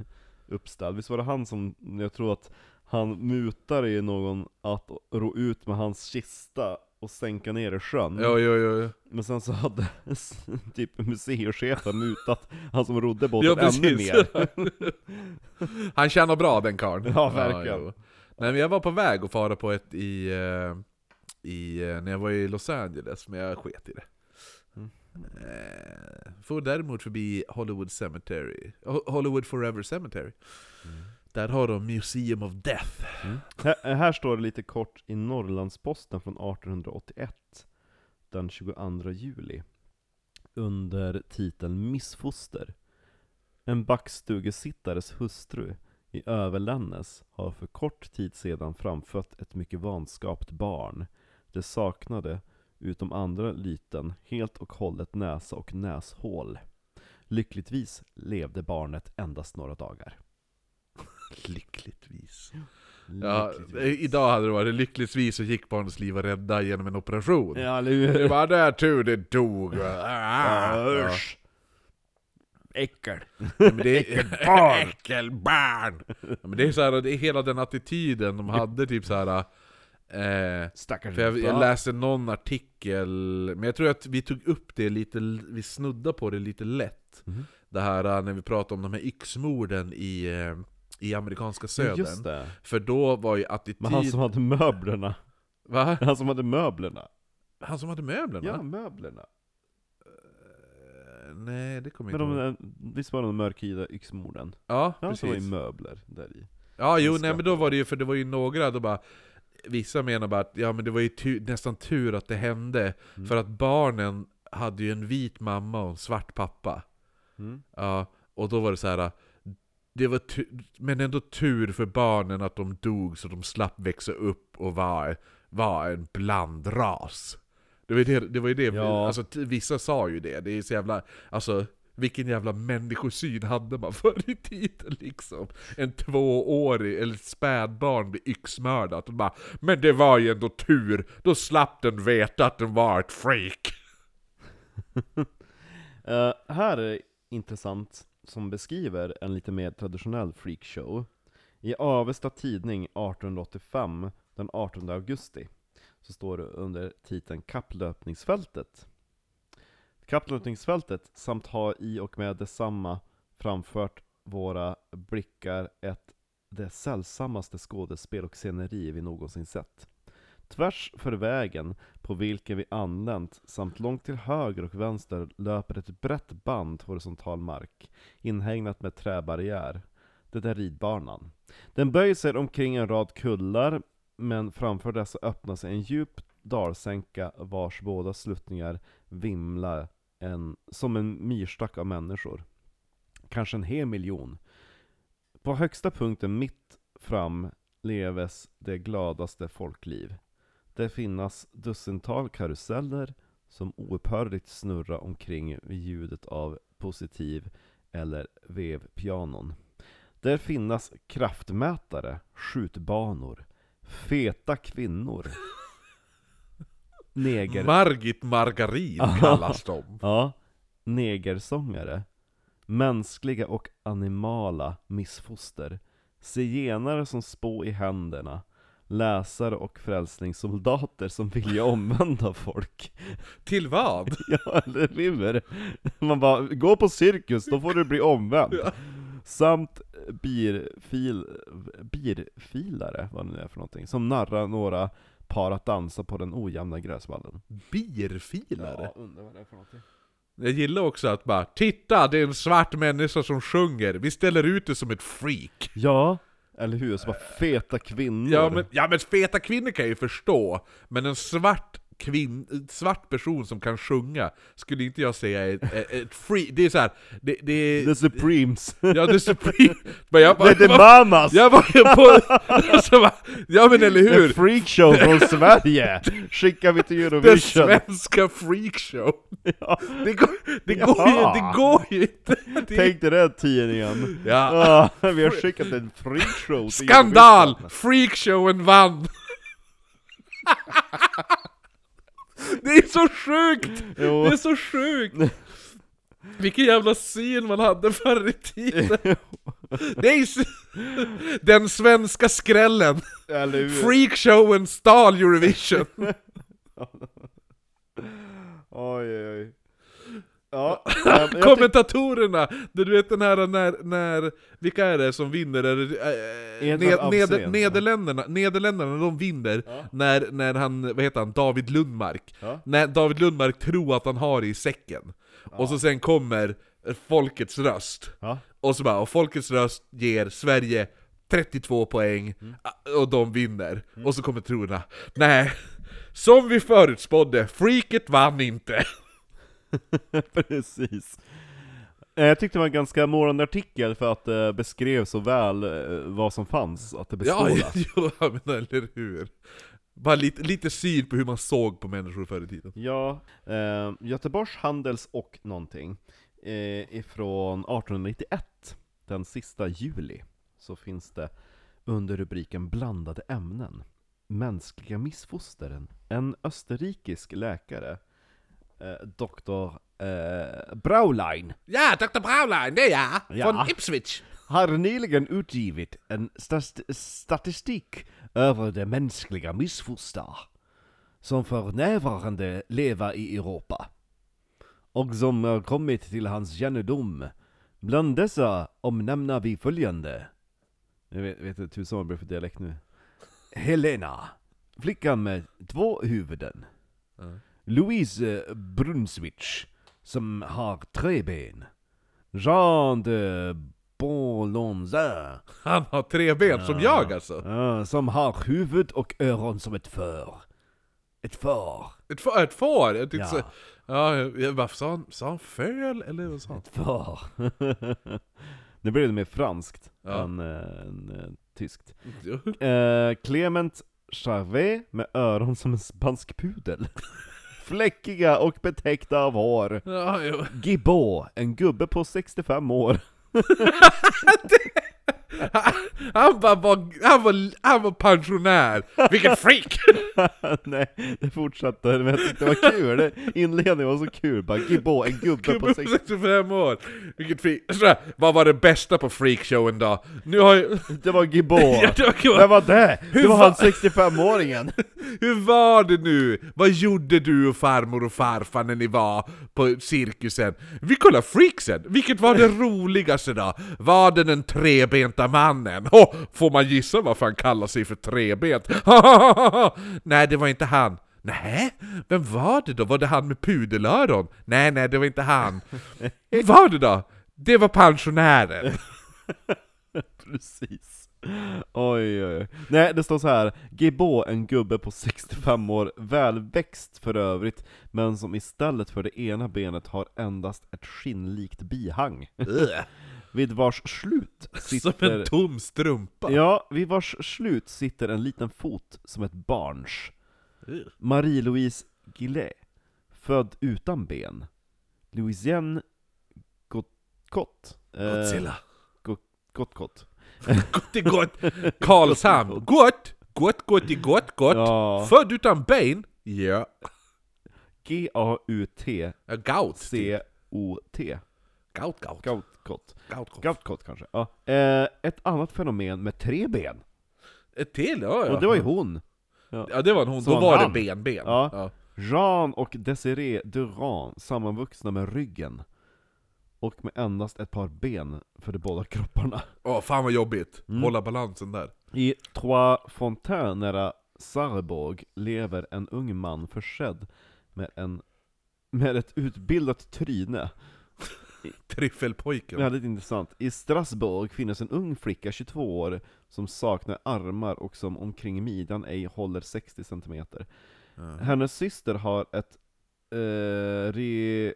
S1: uppställd. Visst var det han som, jag tror att han mutade ju någon att ro ut med hans kista och sänka ner i sjön.
S2: Jo, jo, jo. jo.
S1: Men sen så hade s- typ museichefen mutat han som rodde
S2: Ja,
S1: båten ännu
S2: precis.
S1: mer.
S2: Han tjänar bra den karln.
S1: Ja, verkligen.
S2: jo. Nej, men jag var på väg att fara på ett i, eh, i... eh, När jag var i Los Angeles, men jag sket i det.
S1: Mm.
S2: Eh, For däremot förbi Hollywood Cemetery. Ho- Hollywood Forever Cemetery. Där har de Museum of Death.
S1: Mm. Här, här står det lite kort i Norrlandsposten från 1881, den 22 juli, under titeln Missfoster. En backstugesittares hustru i Överlännäs har för kort tid sedan framfött ett mycket vanskapt barn. Det saknade, utom andra lyten, helt och hållet näsa och näshål. Lyckligtvis levde barnet endast några dagar.
S2: Lyckligtvis. Ja,
S1: Lyckligtvis.
S2: idag hade det varit lyckligtvis så gick barnets liv att rädda genom en operation.
S1: Ja, eller hur?
S2: Det var där tur det dog. Ah, ja.
S1: Äckel.
S2: Ja, men det är, äckelbarn! Ja, men det är så här, det är hela den attityden de hade, typ så här. Eh,
S1: Stackars
S2: för jag, jag
S1: barn.
S2: läste någon artikel, men jag tror att vi tog upp det lite, vi snuddade på det lite lätt.
S1: Mhm.
S2: Det här eh, när vi pratade om de här yxmorden i, eh, i amerikanska
S1: Ja,
S2: södern.
S1: Just det.
S2: För då var ju
S1: Men han
S2: attityd...
S1: som hade möblerna.
S2: Va?
S1: Han som hade möblerna.
S2: Han som hade möblerna?
S1: Ja, möblerna.
S2: Eh, Nej, det kommer
S1: Men
S2: jag inte ihåg.
S1: de, eh, visst var de mörkhyade yxmorden?
S2: Ja,
S1: Ja, som var ju
S2: precis.
S1: möbler där i.
S2: Ja, jo,
S1: Minskar
S2: nej men då var det ju, för det var ju några, då bara Vissa menar bara att ja, men det var ju tu, nästan tur att det hände,
S1: Mm.
S2: för att barnen hade ju en vit mamma och en svart pappa.
S1: Mm.
S2: Ja, och då var det så här. Det var tu- men ändå tur för barnen att de dog så de slapp växa upp och var, var en blandras. Det var ju det, det, var ju det
S1: Ja.
S2: alltså, t- vissa sa ju det. Det är så jävla, alltså, vilken jävla människosyn hade man förr i tiden liksom? En tvåårig, eller ett spädbarn blir yxmördat och bara ”Men det var ju ändå tur, då slapp den veta att den var ett freak”.
S1: Eh, här är intressant. som beskriver en lite mer traditionell freakshow I Avesta Tidning 1885, den 18 augusti, så står det under titeln Kapplöpningsfältet. Kapplöpningsfältet samt har i och med detsamma framfört våra blickar ett det sällsammaste skådespel och sceneri vi någonsin sett. Tvärs för vägen på vilken vi anlänt samt långt till höger och vänster löper ett brett band horisontal mark, inhägnat med träbarriär. Det är ridbanan. Den böjer sig omkring en rad kullar, men framför dessa öppnas en djup dalsänka vars båda sluttningar vimlar en, som en myrstack av människor. Kanske en hel miljon. På högsta punkten mitt fram leves det gladaste folkliv. Det finnas dussintal karuseller som oupphörligt snurra omkring vid ljudet av positiv eller vevpianon. Där finnas kraftmätare, skjutbanor, feta kvinnor, neger...
S2: Margit Margarin kallas de.
S1: Ja, negersångare. Mänskliga och animala missfoster. Zigenare som spå i händerna. Läsare och frälsningssoldater som vilja omvända folk.
S2: Till vad?
S1: Ja, eller river. Man bara, gå på cirkus, då får du bli omvänd. Samt birfil, birfilare, vad det nu är för någonting, som narrar några par att dansa på den ojämna gräsvallen.
S2: Birfilare?
S1: undrar vad det är för någonting.
S2: Jag gillar också att bara ”Titta, det är en svart människa som sjunger, vi ställer ut det som ett freak”.
S1: Ja, eller hur? Så bara feta kvinnor.
S2: Ja men, ja men feta kvinnor kan jag ju förstå, men en svart Kvinn, svart person som kan sjunga skulle inte jag säga är ett, ett, ett free... Det är såhär... Det, det är...
S1: The Supremes.
S2: Ja, the supreme... Men jag bara,
S1: The, the Mamas!
S2: jag var ju på... Alltså, va? ja men eller
S1: The
S2: hur?
S1: freakshow från Sverige! Skickar vi till
S2: Den
S1: Eurovision!
S2: svenska freakshow!
S1: Ja,
S2: Det går, det går, ju,
S1: Ja.
S2: det går ju inte! Det är-
S1: tänk dig den tidningen!
S2: ja.
S1: Ah, vi har skickat en freakshow till
S2: Skandal! Freakshowen vann! det är så sjukt!
S1: Eurovision.
S2: Det är så sjukt! Vilken jävla syn man hade förr i tiden! Det är s- Den svenska skrällen!
S1: Jo, eller hur?
S2: Freakshowen stal Eurovision!
S1: Oj, oj, oj. Ja, men jag
S2: Kommentatorerna! Du vet den här när, när vilka är det som vinner? Är det, eh,
S1: Edvard
S2: ned,
S1: Afzén.
S2: neder, Nederländerna, Nederländerna, de vinner
S1: Ja.
S2: när, när han, vad heter han, David Lundmark.
S1: Ja.
S2: När David Lundmark tror att han har det i säcken. Och så sen kommer folkets röst.
S1: Ja.
S2: Och så bara, och folkets röst ger Sverige 32 poäng,
S1: Mm.
S2: a- och de vinner. Och så kommer trorna, nej, som vi förutspådde, freaket vann inte.
S1: Precis. Eh, Jag tyckte det var en ganska målande artikel för att det beskrev så väl eh, vad som fanns, att det
S2: Ja,
S1: bestod. Ja,
S2: ja, men eller hur? Bara lite, lite syn på hur man såg på människor förr i tiden.
S1: ja eh, Göteborgs Handels och någonting eh, ifrån 1891, den sista juli, så finns det under rubriken Blandade ämnen, Mänskliga missfosteren, en österrikisk läkare, eh, doktor eh, Braulein,
S2: Ja, Dr. Braulein, det är jag!
S1: Ja.
S2: Från Ipswich!
S1: har nyligen utgivit en stas- statistik över det mänskliga missfoster som för närvarande lever i Europa och som har kommit till hans kännedom. Bland dessa omnämner vi följande. Jag vet, vet inte tusan vad det blir för dialekt nu. Helena, flickan med två huvuden. Louise Brunswich, som har tre ben. Jean de Boulonze,
S2: Han har tre ben, som jag alltså!
S1: eh, som har huvud och öron som ett för. Ett för.
S2: Ett, fa- ett får! Ett,
S1: Ja.
S2: ja. Ja, jag bara, sa han, sa han föl, eller vad sa han?
S1: Ett för. nu blir det mer franskt
S2: Ja.
S1: än, eh, än eh, tyskt. Eh, Clement Charvet med öron som en spansk pudel. Fläckiga och betäckta av hår.
S2: Ja, jo.
S1: Gibbå, en gubbe på 65 år.
S2: Han, han, bara var, han, var, han var pensionär! Vilken freak!
S1: Nej, det fortsatte, men jag tyckte det var kul, det, inledningen var så kul, bara Gibbo, en gubbe på
S2: Gubben på
S1: 60
S2: 65 år! Vilket freak... Så, vad var det bästa på freakshowen då? Nu har jag...
S1: Det var Gibbo!
S2: Ja, det var kul.
S1: Det var det! Det
S2: Hur
S1: var
S2: va-
S1: han 65-åringen!
S2: Hur var det nu? Vad gjorde du och farmor och farfar när ni var på cirkusen? Vi kollade Freaksen! Vilket var det roligaste då? Var det den trebenta mannen? Oh, får man gissa varför han kallar sig för trebent? nej, det var inte han. Nej, vem var det då? Var det han med pudelöron? Nej, nej, det var inte han. Vem var det då? Det var pensionären.
S1: Precis. Oj, oj, oj. Nej, det står så här. Gibbo, en gubbe på 65 år, välväxt för övrigt, men som istället för det ena benet har endast ett skinnlikt bihang. Vid vars slut
S2: Som en
S1: sitter...
S2: tom strumpa.
S1: Ja, vid vars slut sitter en liten fot som ett barns. Marie-Louise Gillet, född utan ben. Louisienne Gottkott. Eh,
S2: Godzilla.
S1: Gottkott.
S2: Gott i gott! Karlshamn! Gott! Gott, gott i gott, gott!
S1: Ja.
S2: Född utan ben? Ja.
S1: G-A-U-T-C-O-T.
S2: Gaut. Gaut, gaut.
S1: Gautkott.
S2: Gaut, gaut.
S1: Gautkott kanske. Ja. Eh, ett annat fenomen med tre ben.
S2: Ett till? Ja, ja.
S1: Och det var ju hon.
S2: Ja, det var en hon.
S1: Så
S2: Då
S1: var
S2: var det
S1: han.
S2: ben, ben.
S1: Ja. Jean och Desiree Durand sammanvuxna med ryggen. Och med endast ett par ben för de båda kropparna.
S2: Åh, fan vad jobbigt.
S1: Mm.
S2: Hålla balansen där.
S1: I Trois Fontaines nära Sarrebourg lever en ung man försedd med en med ett utbildat tryne.
S2: Tryffelpojken.
S1: Väldigt intressant. I Strasbourg finns en ung flicka, 22 år, som saknar armar och som omkring midjan ej håller 60 cm.
S2: Mm.
S1: Hennes syster har ett... Eh, re,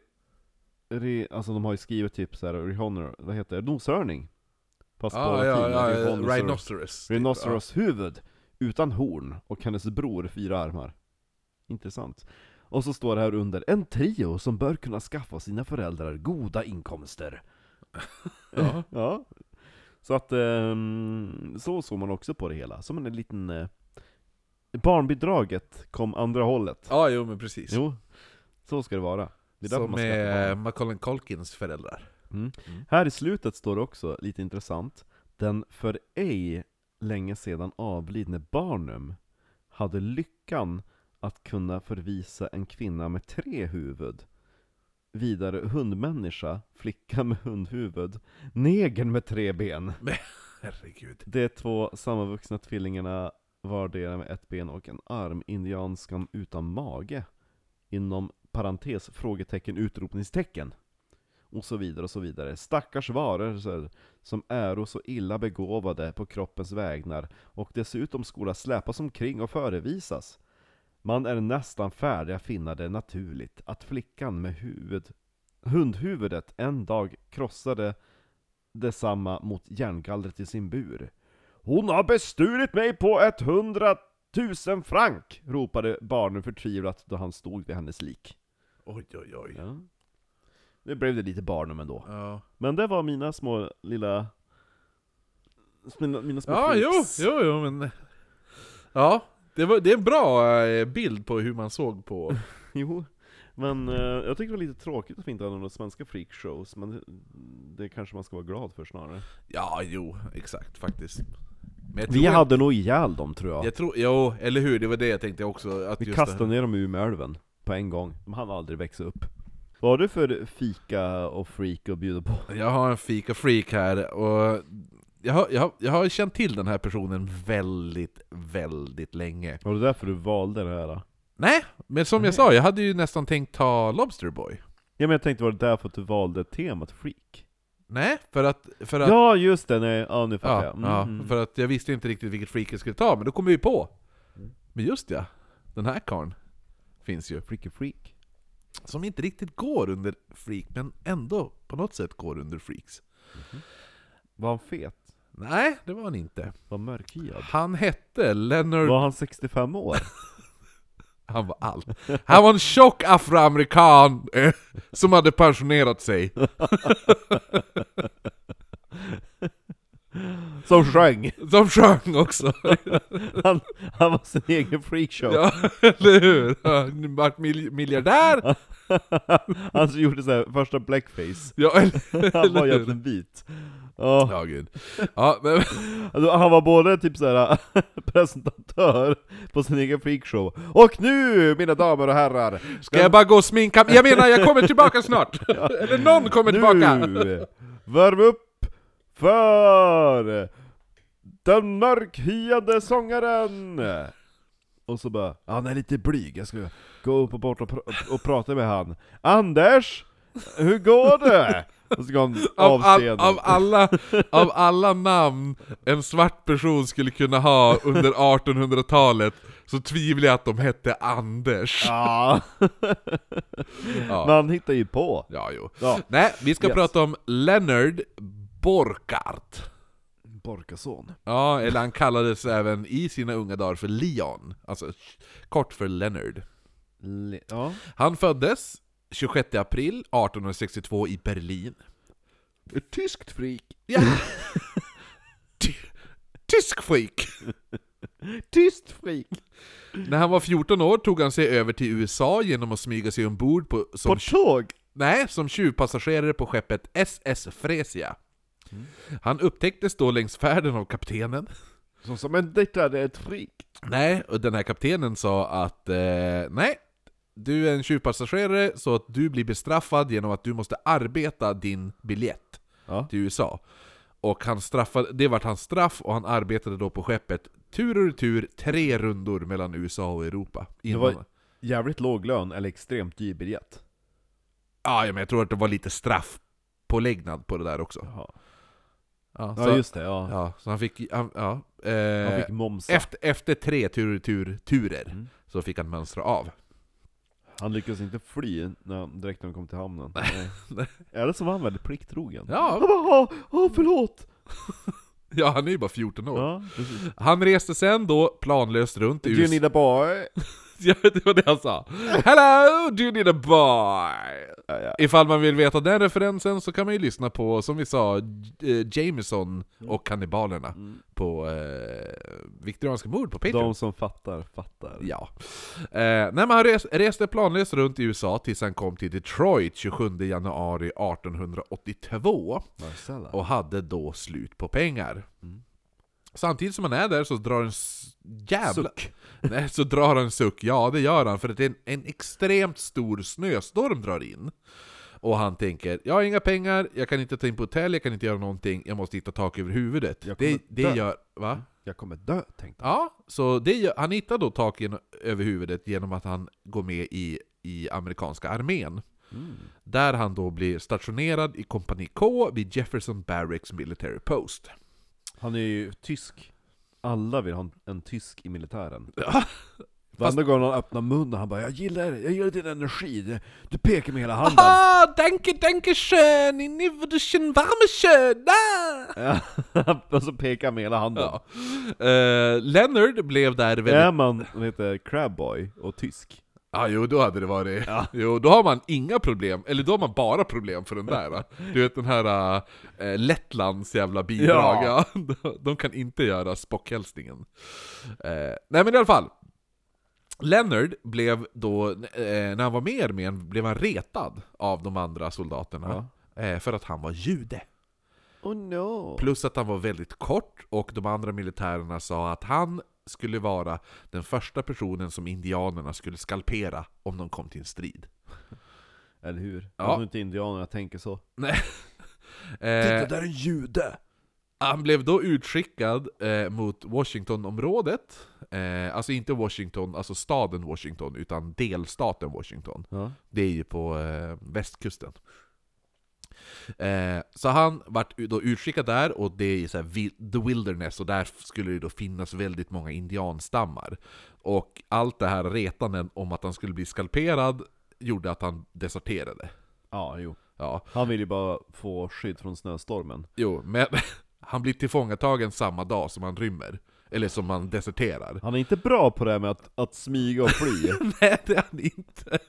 S1: re, alltså de har ju skrivit typ såhär, rehonor, vad heter det? Noshörning. Fast
S2: Ah,
S1: på
S2: ja,
S1: latin,
S2: ja, ja.
S1: rhinoceros-
S2: Rhinoceros. typ.
S1: Rhinoceros huvud, utan horn, och hennes bror fyra armar. Intressant. Och så står det här under, en trio som bör kunna skaffa sina föräldrar goda inkomster.
S2: Ja.
S1: Ja. Så att ehm, så såg man också på det hela, som en liten... Eh, barnbidraget kom andra hållet.
S2: Ja, jo men precis.
S1: Jo, så ska det vara. Det är därför
S2: Som
S1: man skaffar barn.
S2: med Macaulay Culkins föräldrar.
S1: Här i slutet står det också, lite intressant, den för ej länge sedan avlidne Barnum hade lyckan att kunna förvisa en kvinna med tre huvud, vidare hundmänniska, flicka med hundhuvud, negern med tre ben.
S2: Herregud.
S1: De två sammanvuxna tvillingarna vardera med ett ben och en arm, indianskan utan mage. Inom parentes, frågetecken, utropningstecken. Och så vidare och så vidare. Stackars varelser som äro så illa begåvade på kroppens vägnar och dessutom skola släpas omkring och förevisas. Man är nästan färdig att finna det naturligt att flickan med huvud, hundhuvudet en dag krossade detsamma mot järngallret i sin bur. Hon har bestulit mig på ett hundratusen frank! ropade barnen förtvivlat då han stod vid hennes lik.
S2: Oj, oj, oj.
S1: Ja. Nu blev det lite Barnum ändå.
S2: Ja,
S1: Men det var mina små lilla... Mina, mina små
S2: ja jo,
S1: freaks.
S2: jo, jo, men... Ja, det, var, det är en bra eh, bild på hur man såg på...
S1: Jo. Men eh, jag tyckte det var lite tråkigt att vi inte hade några svenska freakshows, men det, det kanske man ska vara glad för snarare.
S2: Ja, jo, exakt faktiskt. Men jag
S1: Vi
S2: tror-
S1: hade nog ihjäl dem tror jag.
S2: Jag tror, jo, eller hur? Det var det jag tänkte också. Att
S1: Vi
S2: just
S1: kastade ner dem i Umeälven på en gång. De hann aldrig växa upp. Vad har du för fika och freak att bjuda på?
S2: det här. Jag har en fika freak här och jag har, jag, har, jag har känt till den här personen väldigt, väldigt länge.
S1: Var det därför du valde det här? Då?
S2: Nej, men som jag sa, jag hade ju nästan tänkt ta Lobster Boy.
S1: Ja men jag tänkte var det därför att du valde temat freak?
S2: Nej, för att... För att
S1: Ja just det, nej, ja nu fattar
S2: ja,
S1: jag.
S2: ja,
S1: Mhm.
S2: för att jag visste inte riktigt vilket freak jag skulle ta, men då kom vi ju på.
S1: Mm.
S2: Men just ja, den här karln finns ju.
S1: Freaky freak.
S2: som inte riktigt går under freak, men ändå på något sätt går under freaks.
S1: Var han fet?
S2: Nej, det var han inte.
S1: Var han mörkhyad?
S2: Han hette Leonard...
S1: Var han 65 år?
S2: Han var allt. Han var en tjock afroamerikan eh, som hade pensionerat sig.
S1: Som sjöng!
S2: Som sjöng också!
S1: Han, han var sin egen freakshow.
S2: Ja, eller hur? Han vart mil- miljardär!
S1: Han som gjorde så här, första blackface.
S2: Ja, eller,
S1: Han var
S2: eller hur?
S1: egentligen vit. Ja.
S2: Ja, gud. Ja, men,
S1: Alltså, han var både typ så här presentatör på sin egen freakshow, och nu mina damer och herrar!
S2: ska jag bara gå och sminka mig? Jag menar, jag kommer tillbaka snart! Eller någon kommer tillbaka!
S1: Nu! Värm upp för den mörkhyade sångaren! Och så bara, han är lite blyg, jag ska gå upp och bort och, pr- och prata med han. Anders! Hur går det? Och så går han av
S2: Av, all,
S1: scenen.
S2: av, alla, av alla namn en svart person skulle kunna ha under 1800-talet så tvivlar jag att de hette Anders.
S1: Ja.
S2: Ja,
S1: Man hittar ju på.
S2: ja jo.
S1: Ja.
S2: Nej, vi ska
S1: Yes.
S2: prata om Leonard Borkart.
S1: Borkason.
S2: Ja, eller han kallades även i sina unga dagar för Leon. Alltså kort för Leonard.
S1: Le- ja.
S2: Han föddes 26 april 1862 i Berlin. Ett tyskt freak. Ja. Mm. Ty- Tysk freak!
S1: Tyst freak!
S2: När han var 14 år tog han sig över till USA genom att smyga sig ombord på, som,
S1: På tåg!
S2: nej, som tjuvpassagerare på skeppet SS Fresia. Mm. Han upptäcktes då längs färden av kaptenen.
S1: Som sa, men detta det är ett freak.
S2: Nej, och den här kaptenen sa att eh, nej, du är en tjuvpassagerare så att du blir bestraffad genom att du måste arbeta din biljett
S1: Ja.
S2: till USA. Och han straffade, det vart hans straff och han arbetade då på skeppet tur och retur tre rundor mellan USA och Europa.
S1: Det
S2: Innan.
S1: var jävligt låg lön, eller extremt dyr biljett.
S2: Ja, ja, men jag tror att det var lite straffpåläggnad på det där också.
S1: Jaha.
S2: Ja, så,
S1: Ja just det, ja.
S2: ja, så han fick... Han, ja,
S1: Han
S2: eh,
S1: fick momsa.
S2: efter, efter tre tur, tur, turer
S1: Mm.
S2: så fick han mönstra av.
S1: Han lyckades inte fly när han, direkt när han kom till hamnen. Nej. Eller så var han väldigt plikttrogen.
S2: Ja,
S1: Han bara "Åh, åh, förlåt!
S2: ja, han är ju bara 14 år.
S1: Ja, precis. "Do
S2: Han reste sen då planlöst runt i
S1: You
S2: USA.
S1: need a boy!
S2: Ja, det var det han sa. Hello, do you need a boy?
S1: Ja, ja.
S2: Ifall man vill veta den referensen så kan man ju lyssna på, som vi sa, J- eh, Jameson
S1: Mm.
S2: och kannibalerna på eh, Viktorianska mord på Patreon.
S1: De som fattar, fattar.
S2: Ja. Eh, nej, men han res, reste planlöst runt i USA tills han kom till Detroit 27 januari 1882
S1: Marcella.
S2: och hade då slut på pengar.
S1: Mm.
S2: Samtidigt som han är där så drar en s- jävla...
S1: Suck!
S2: Nej, så drar han en suck. Ja, det gör han, för att det är en, en extremt stor snöstorm drar in. Och han tänker, jag har inga pengar, jag kan inte ta in på hotell, jag kan inte göra någonting, jag måste hitta tak över huvudet.
S1: Jag
S2: Det,
S1: kommer
S2: det
S1: dö.
S2: gör... Va?
S1: Jag kommer dö, tänkte
S2: Ja, så det, gör- han hittar då tak gen- över huvudet genom att han går med i, i amerikanska armén.
S1: jag. Mm.
S2: Där han då blir stationerad i kompani K vid Jefferson Barracks Military Post.
S1: Han är ju tysk. Alla vill ha en, en tysk i militären.
S2: Ja.
S1: Varenda gång han öppnar munnen, han bara 'Jag gillar, jag gillar din energi, Du- du pekar med hela handen'
S2: Ah, danke, danke schön, inni wurde schön varme schön, ah!
S1: Ja, och så pekar han med hela handen.
S2: Ja. Eh, Leonard blev där väldigt...
S1: Är man, vad heter det, crabboy och tysk?
S2: Ah, jo, då hade det varit...
S1: Ja.
S2: Jo, då har man inga problem, eller då har man bara problem för den där. va? Du vet den här äh, Lettlands jävla bidrag, ja.
S1: Ja.
S2: de kan inte göra spockhälsningen. Eh, nej men i alla fall. Leonard blev då, eh, när han var med i armén, blev han retad av de andra soldaterna. eh, för att han var jude.
S1: Oh no!
S2: Plus att han var väldigt kort och de andra militärerna sa att han skulle vara den första personen som indianerna skulle skalpera om de kom till en strid.
S1: Eller hur?
S2: Ja.
S1: Ja. Om inte indianerna tänker så.
S2: Eh,
S1: där är en jude!
S2: han blev då utskickad eh, mot Washingtonområdet. Eh, alltså inte Washington, alltså staden Washington, utan delstaten Washington.
S1: Ja.
S2: Det är ju på eh, västkusten. Eh, så han vart ju då utskickad där, och det är ju så här, vil- the wilderness, och där skulle det då finnas väldigt många indianstammar. Och allt det här retanden om att han skulle bli skalperad gjorde att han deserterade.
S1: ja, jo.
S2: Ja.
S1: Han vill ju bara få skydd från snöstormen.
S2: Jo, men han blir tillfångatagen samma dag som han rymmer. Eller som han deserterar.
S1: Han är inte bra på det här med att, att smyga och fly.
S2: Nej, det är han inte.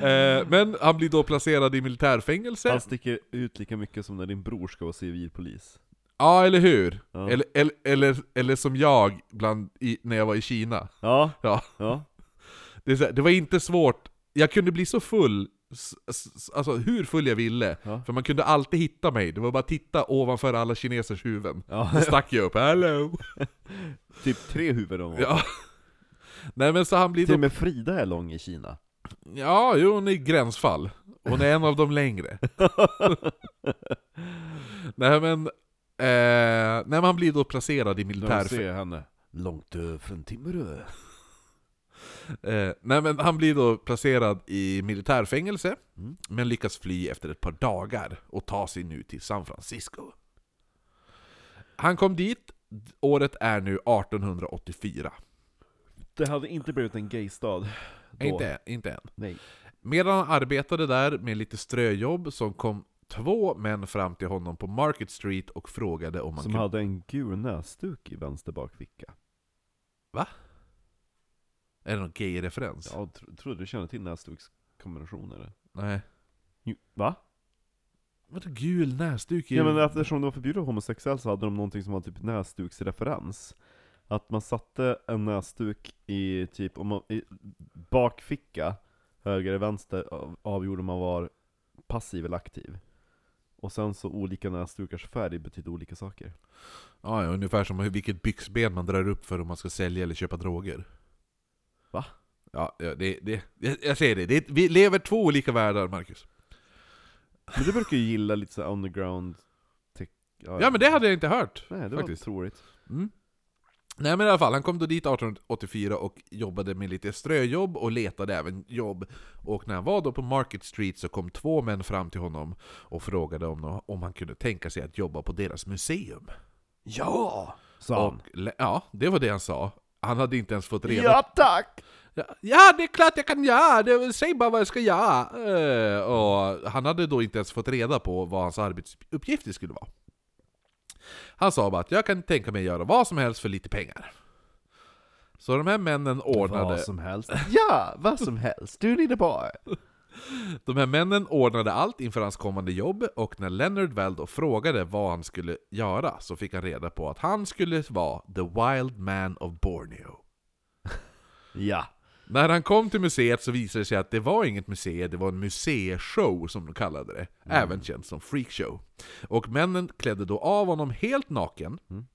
S2: Eh, men han blir då placerad i militärfängelse.
S1: Han sticker ut lika mycket som när din bror ska vara civilpolis.
S2: Ja, eller hur?
S1: Ja.
S2: Eller, eller, eller, eller som jag bland, i, när jag var i Kina.
S1: Ja,
S2: Ja,
S1: ja.
S2: det, är så här, det var inte svårt. Jag kunde bli så full, s- s- alltså hur full jag ville.
S1: Ja.
S2: För man kunde alltid hitta mig. Det var bara att titta ovanför alla kinesers huvuden. Då
S1: ja.
S2: stack jag upp, hello!
S1: Typ tre huvuden var.
S2: Ja. Nej men så han blir
S1: Till
S2: då...
S1: och med Frida är lång i Kina.
S2: Ja, jo, hon är i gränsfall. Hon är en av de längre. nej men... Eh, nej men han blir då placerad i
S1: Där
S2: militärfängelse.
S1: ser henne. Långt eh, från Timrå.
S2: Eh, nej men han blir då placerad i militärfängelse,
S1: Mm.
S2: men lyckas fly efter ett par dagar och ta sig nu till San Francisco. Han kom dit, året är nu 1884.
S1: Det hade inte blivit en gaystad. Då.
S2: Inte, inte än.
S1: Nej.
S2: Medan han arbetade där med lite ströjobb så kom två män fram till honom på Market Street och frågade om han
S1: Som
S2: kunde...
S1: hade en gul näsduk i vänster bakficka.
S2: Är det någon gay-referens?
S1: Jag tro, trodde du kände till näsdukskombinationer?
S2: Nej.
S1: Jo, Va?
S2: Vadå gul näsduk? i-
S1: Ja men eftersom det var förbjudet att vara homosexuell så hade de någonting som var typ näsduksreferens. Att man satte en näsduk i typ, om man, i bakficka, höger eller vänster, av- avgjorde om man var passiv eller aktiv. Och sen så olika näsdukars färg betyder olika saker.
S2: Ja, ja, ungefär som hur- vilket byxben man drar upp för om man ska sälja eller köpa droger.
S1: Va?
S2: Ja, ja det, det, jag, jag säger det. det. Vi lever två olika världar, Marcus.
S1: Men du brukar ju gilla lite så här underground tech.
S2: Ja, men det hade jag inte hört.
S1: Nej, det
S2: faktiskt.
S1: var troligt.
S2: Mm. Nej men i alla fall, han kom då dit 1884 och jobbade med lite ströjobb och letade även jobb. Och när han var då på Market Street så kom två män fram till honom och frågade om, om han kunde tänka sig att jobba på deras museum.
S1: Ja! Sa han.
S2: Och, lä- ja, det var det han sa. Han hade inte ens fått reda
S1: Ja tack!
S2: Ja, Ja, det är klart jag kan göra! Det, säg bara vad jag ska göra! Eh, och han hade då inte ens fått reda på vad hans arbetsuppgifter skulle vara. Han sa bara att jag kan tänka mig göra vad som helst för lite pengar. Så de här männen ordnade,
S1: Vad som helst. Ja, vad som helst. Du need a bar.
S2: de här männen ordnade allt inför hans kommande jobb och när Leonard väl då frågade vad han skulle göra så fick han reda på att han skulle vara the wild man of Borneo.
S1: Ja.
S2: När han kom till museet så visade det sig att det var inget museum, det var en museishow som de kallade det. Även känt som freakshow. Och männen klädde då av honom helt naken
S1: Mm.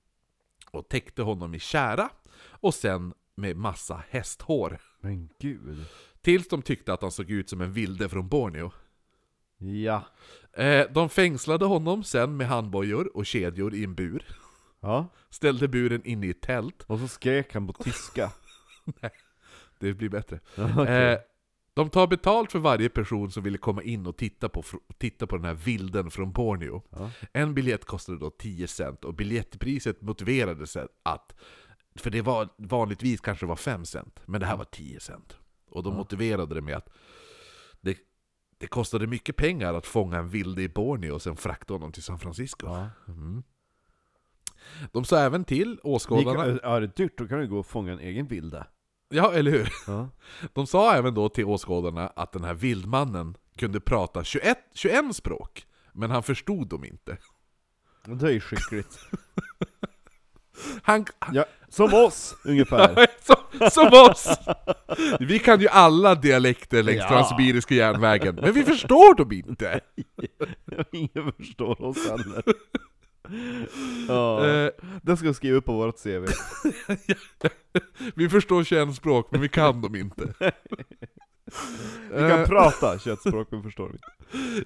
S2: och täckte honom i kära och sen med massa hästhår.
S1: Men gud.
S2: Tills de tyckte att han såg ut som en vilde från Borneo.
S1: Ja.
S2: Eh, de fängslade honom sen med handbojor och kedjor i en bur.
S1: Ja.
S2: Ställde buren inne i ett tält.
S1: Och så skrek han på tyska.
S2: Det blir bättre.
S1: Okej.
S2: Eh, de tar betalt för varje person som ville komma in och titta på, fr- titta på den här vilden från Borneo.
S1: Ja.
S2: En biljett kostade då 10 cent och biljettpriset motiverades att, för det var vanligtvis kanske var 5 cent, men det här var 10 cent. Och de
S1: Ja.
S2: motiverade det med att det, det kostade mycket pengar att fånga en vilde i Borneo och sen frakta honom till San Francisco.
S1: Ja.
S2: Mm. De sa även till
S1: Ni
S2: åskådarna...
S1: kan, ja, det är dyrt, då kan du gå och fånga en egen vilde.
S2: Ja, eller hur?
S1: Ja.
S2: De sa även då till åskådarna att den här vildmannen kunde prata 21, 21 språk, men han förstod dem inte.
S1: Det är ju skickligt.
S2: Han, han
S1: Ja. Som oss, ungefär.
S2: som, som oss! Vi kan ju alla dialekter längs
S1: Ja.
S2: Transsibiriska järnvägen, men vi förstår dem inte!
S1: Ingen förstår oss heller. Ja.
S2: Eh,
S1: Det ska jag skriva upp på vårt CV.
S2: vi förstår 21 språk, men vi kan dem inte.
S1: Vi kan
S2: Eh,
S1: prata köttspråk men förstår inte.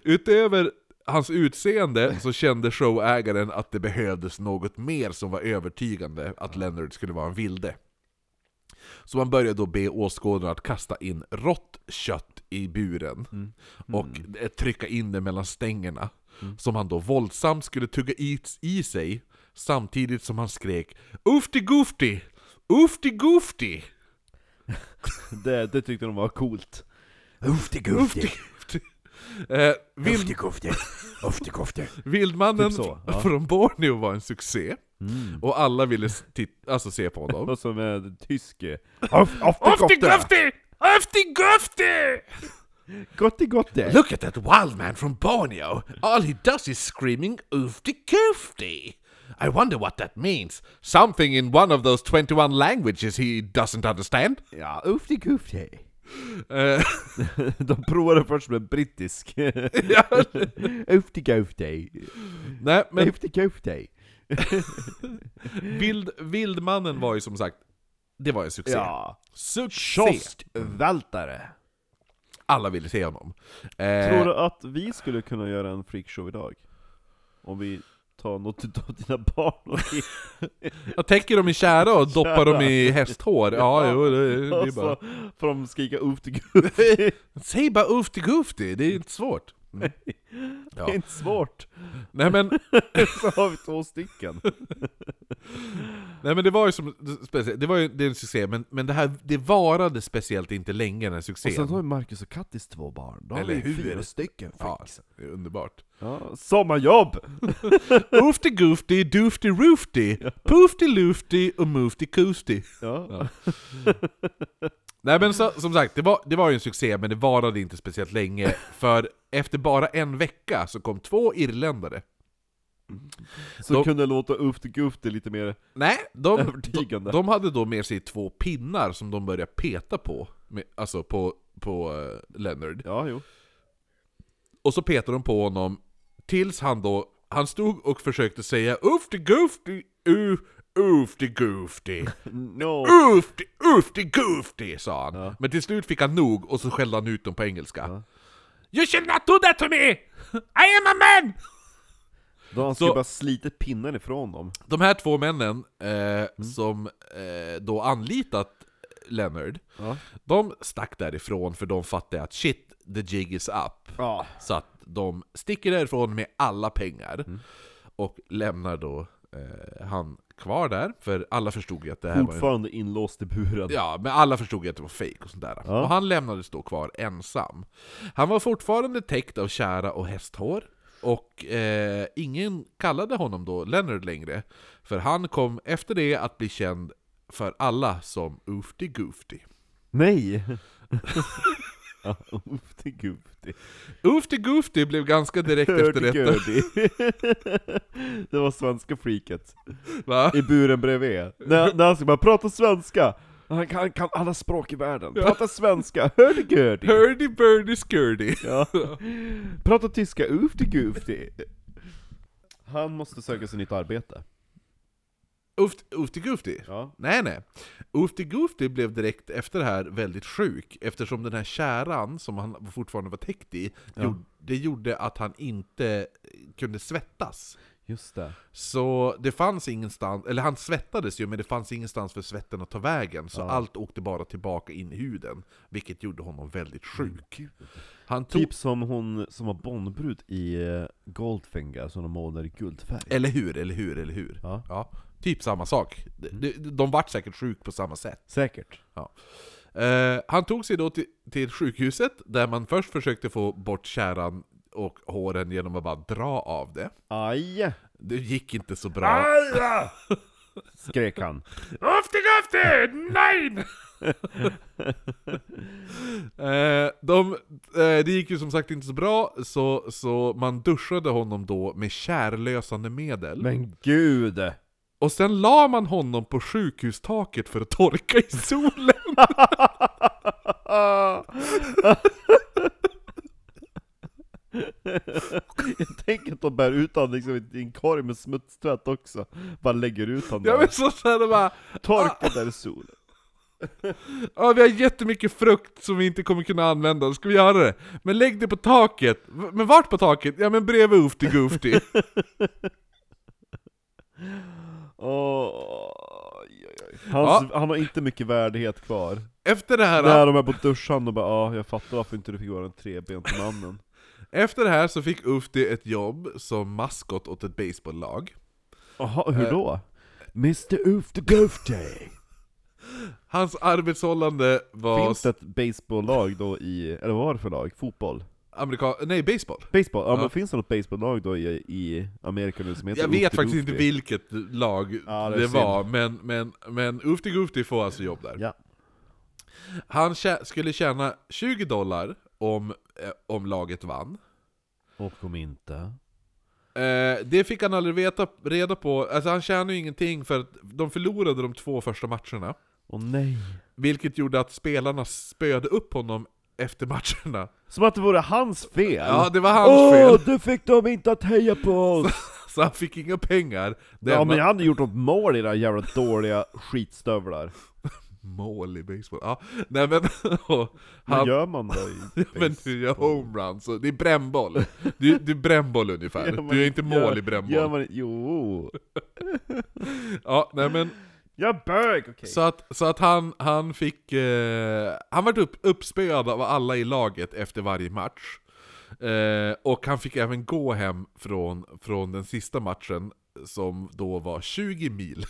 S2: Utöver hans utseende så kände showägaren att det behövdes något mer som var övertygande att Leonard skulle vara en vilde. Så man började då be åskådarna att kasta in rått kött i buren
S1: Mm.
S2: och eh, trycka in det mellan stängerna.
S1: Mm.
S2: Som han då våldsamt skulle tugga i, i sig samtidigt som han skrek Ufti gufti! Ufti gufti!
S1: Det, det tyckte de var coolt.
S2: Ufti gufti! Eh, vild,
S1: Uftikofte. Uftikofte.
S2: Vildmannen
S1: Typ så, ja.
S2: från Borneo var en succé,
S1: Mm.
S2: och alla ville s- tit- alltså, se på honom.
S1: Och som en tysk...
S2: Gufti! Ofti Gufti!
S1: Gotti gotti!
S2: Look at that wild man from Borneo! All he does is screaming Ofti Gufti! I wonder what that means. Something in one of those 21 languages he doesn't understand.
S1: Ja, oofty goofty.
S2: Eh,
S1: De provade först med brittisk.
S2: ja,
S1: oofty goofty.
S2: nej, men
S1: Oofty goofty.
S2: vild, Vildmannen var ju som sagt, det var en succé.
S1: Ja.
S2: Succé!
S1: Kioskvältare.
S2: Alla ville se honom.
S1: Tror
S2: Eh,
S1: du att vi skulle kunna göra en freakshow idag? Om vi tar något utav dina barn och
S2: jag täcker dem i kära och doppar dem i hästhår. Ja,
S1: Ja. Alltså.
S2: jo, det, det är
S1: och
S2: bara...
S1: så får de skrika oofty goofty.
S2: Säg bara ufti gufti, det är inte svårt. Mm.
S1: Det är
S2: Ja.
S1: inte svårt.
S2: Nej, men,
S1: Så har vi två stycken.
S2: nej men det var ju som, specie- det var ju det är en succé, men, men det här det varade speciellt inte länge den här
S1: Och sen
S2: succén.
S1: har ju Marcus och Kattis två barn. Då har
S2: Eller
S1: vi
S2: hur?
S1: fyra stycken
S2: Ja,
S1: freaks.
S2: det är underbart.
S1: Ja. Sommarjobb!
S2: Oofty goofty, doofty roofty, poofty loofty och moofty koofty.
S1: Ja.
S2: Nej men så, som sagt, det var, det var ju en succé men det varade inte speciellt länge, för efter bara en vecka så kom två irländare.
S1: Så
S2: De-
S1: kunde låta oofty goofty lite mer
S2: Nej, de,
S1: övertygande.
S2: De hade då med sig två pinnar som de började peta på, med, alltså på, på eh, Leonard.
S1: Ja, jo.
S2: Och så petade de på honom tills han då, han stod och försökte säga ufti gufti, u, ufti gufti,
S1: No.
S2: ufti, ufti gufti, sa han.
S1: Ja.
S2: Men till slut fick han nog och så skällde han ut dem på engelska.
S1: Ja.
S2: You should not do that to me! I am a man!
S1: Då har han skulle
S2: Så-
S1: bara slitit pinnen ifrån dem.
S2: De här två männen eh,
S1: Mm.
S2: som eh, då anlitat Leonard,
S1: Ja.
S2: de stack därifrån för de fattade att shit, the jig is up.
S1: Ja.
S2: Så att de sticker därifrån med alla pengar
S1: Mm.
S2: och lämnar då eh, han kvar där, för alla förstod ju att det här var en
S1: Fortfarande inlåst i buren.
S2: Ja, men alla förstod ju att det var fake och sånt där.
S1: Ja.
S2: Och han lämnades då kvar ensam. Han var fortfarande täckt av kära och hästhår. Och eh, ingen kallade honom då Leonard längre. För han kom efter det att bli känd för alla som Oofty Goofty.
S1: Nej! ja, oofty goofty.
S2: Oofty Goofty blev ganska direkt efter detta.
S1: Hurdy-gurdy. Det var svenska freaket.
S2: Va?
S1: I buren bredvid. När, när han ska bara prata svenska. Han kan, han kan alla språk i världen. Prata svenska, hurdy-gurdy.
S2: Hurdy Burdy Skurdy.
S1: Ja. Prata tyska, oofty-goofty. Han måste söka sig nytt arbete.
S2: Ooft- Oofty Goofty.
S1: Ja.
S2: Nej, nej. Oofty Goofty blev direkt efter det här väldigt sjuk, eftersom den här käran som han fortfarande var täckt i,
S1: Ja.
S2: gjorde, det gjorde att han inte eh, kunde svettas.
S1: Just det.
S2: Så det fanns ingenstans, eller han svettades ju, men det fanns ingenstans för svetten att ta vägen, så
S1: Ja.
S2: allt åkte bara tillbaka in i huden, vilket gjorde honom väldigt sjuk. Han tog,
S1: Typ som hon som var bondbrud i eh, Goldfinger som de målade i guldfärg.
S2: eller hur, eller hur, eller hur?
S1: Ja. Mm.
S2: Typ samma sak. De, de, de vart säkert sjuk på samma sätt.
S1: Säkert.
S2: Eh, han tog sig då till, till sjukhuset, där man först försökte få bort käran och håren genom att bara dra av det.
S1: Aj!
S2: Det gick inte så
S1: Ah!
S2: bra.
S1: Aj! Skrek han.
S2: Ofte gafte! Nej! eh, de, eh, det gick ju som sagt inte så bra, så, så man duschade honom då med kärlösande medel.
S1: Men gud!
S2: Och sen la man honom på sjukhustaket för att torka i solen. Ah.
S1: Jag tänker att de bär ut han liksom i en korg med smutstvätt också. Bara lägger ut han
S2: Jag
S1: där.
S2: men Ah. så såhär bara...
S1: Torka där i solen.
S2: Ja, vi har jättemycket frukt som vi inte kommer kunna använda, ska vi göra det? Men lägg det på taket! V- Men vart på taket? Ja men bredvid Oofty Goofty.
S1: Åh, oj, oj, oj. Hans, Han har inte mycket värdighet kvar.
S2: Efter det här,
S1: När de är på duschan och bara ah, jag fattar varför inte du fick vara den trebent mannen.
S2: efter det här så fick Oofty ett jobb som maskot åt ett baseballlag.
S1: Jaha, hur då? Mr Oofty Goofty!
S2: Hans arbetshållande var...
S1: Finns det ett baseballlag då i, eller vad var det för lag? Fotboll?
S2: Amerika... Nej, baseball.
S1: Baseball? Ja,
S2: Ja.
S1: men finns det något baseballlag då i, i Amerika nu som heter
S2: Jag vet
S1: Oofty
S2: faktiskt
S1: Goofty?
S2: inte vilket lag
S1: Ja, det är
S2: det var, men, men, men Oofty Goofty får alltså jobb där.
S1: Ja.
S2: Han tjä- skulle tjäna 20 dollar om, eh, om laget vann.
S1: Och om inte?
S2: Eh, det fick han aldrig veta, reda på. Alltså han tjänade ju ingenting för att de förlorade de två första matcherna.
S1: Åh nej.
S2: Vilket gjorde att spelarna spöade upp honom efter matcherna.
S1: Som att det vore hans fel!
S2: Ja, det var hans
S1: Åh,
S2: fel.
S1: du fick dem inte att heja på oss!
S2: Så han fick inga pengar. Det
S1: ja
S2: enda-
S1: men jag hade gjort något mål i era jävla dåliga skitstövlar.
S2: Mål i baseball. Ja, nej men... och
S1: Hur
S2: han,
S1: gör man då i
S2: men du gör homerun, så det är brännboll. Du, du är brännboll ungefär.
S1: Gör man
S2: du är inte mål
S1: gör-
S2: i
S1: Gör
S2: brännboll.
S1: man, jo!
S2: Ja, nej men...
S1: Jag bög! Okej.
S2: Så att, så att han, han fick... Eh, han vart upp, uppspöad av alla i laget efter varje match. Eh, och han fick även gå hem från, från den sista matchen, som då var 20 mil.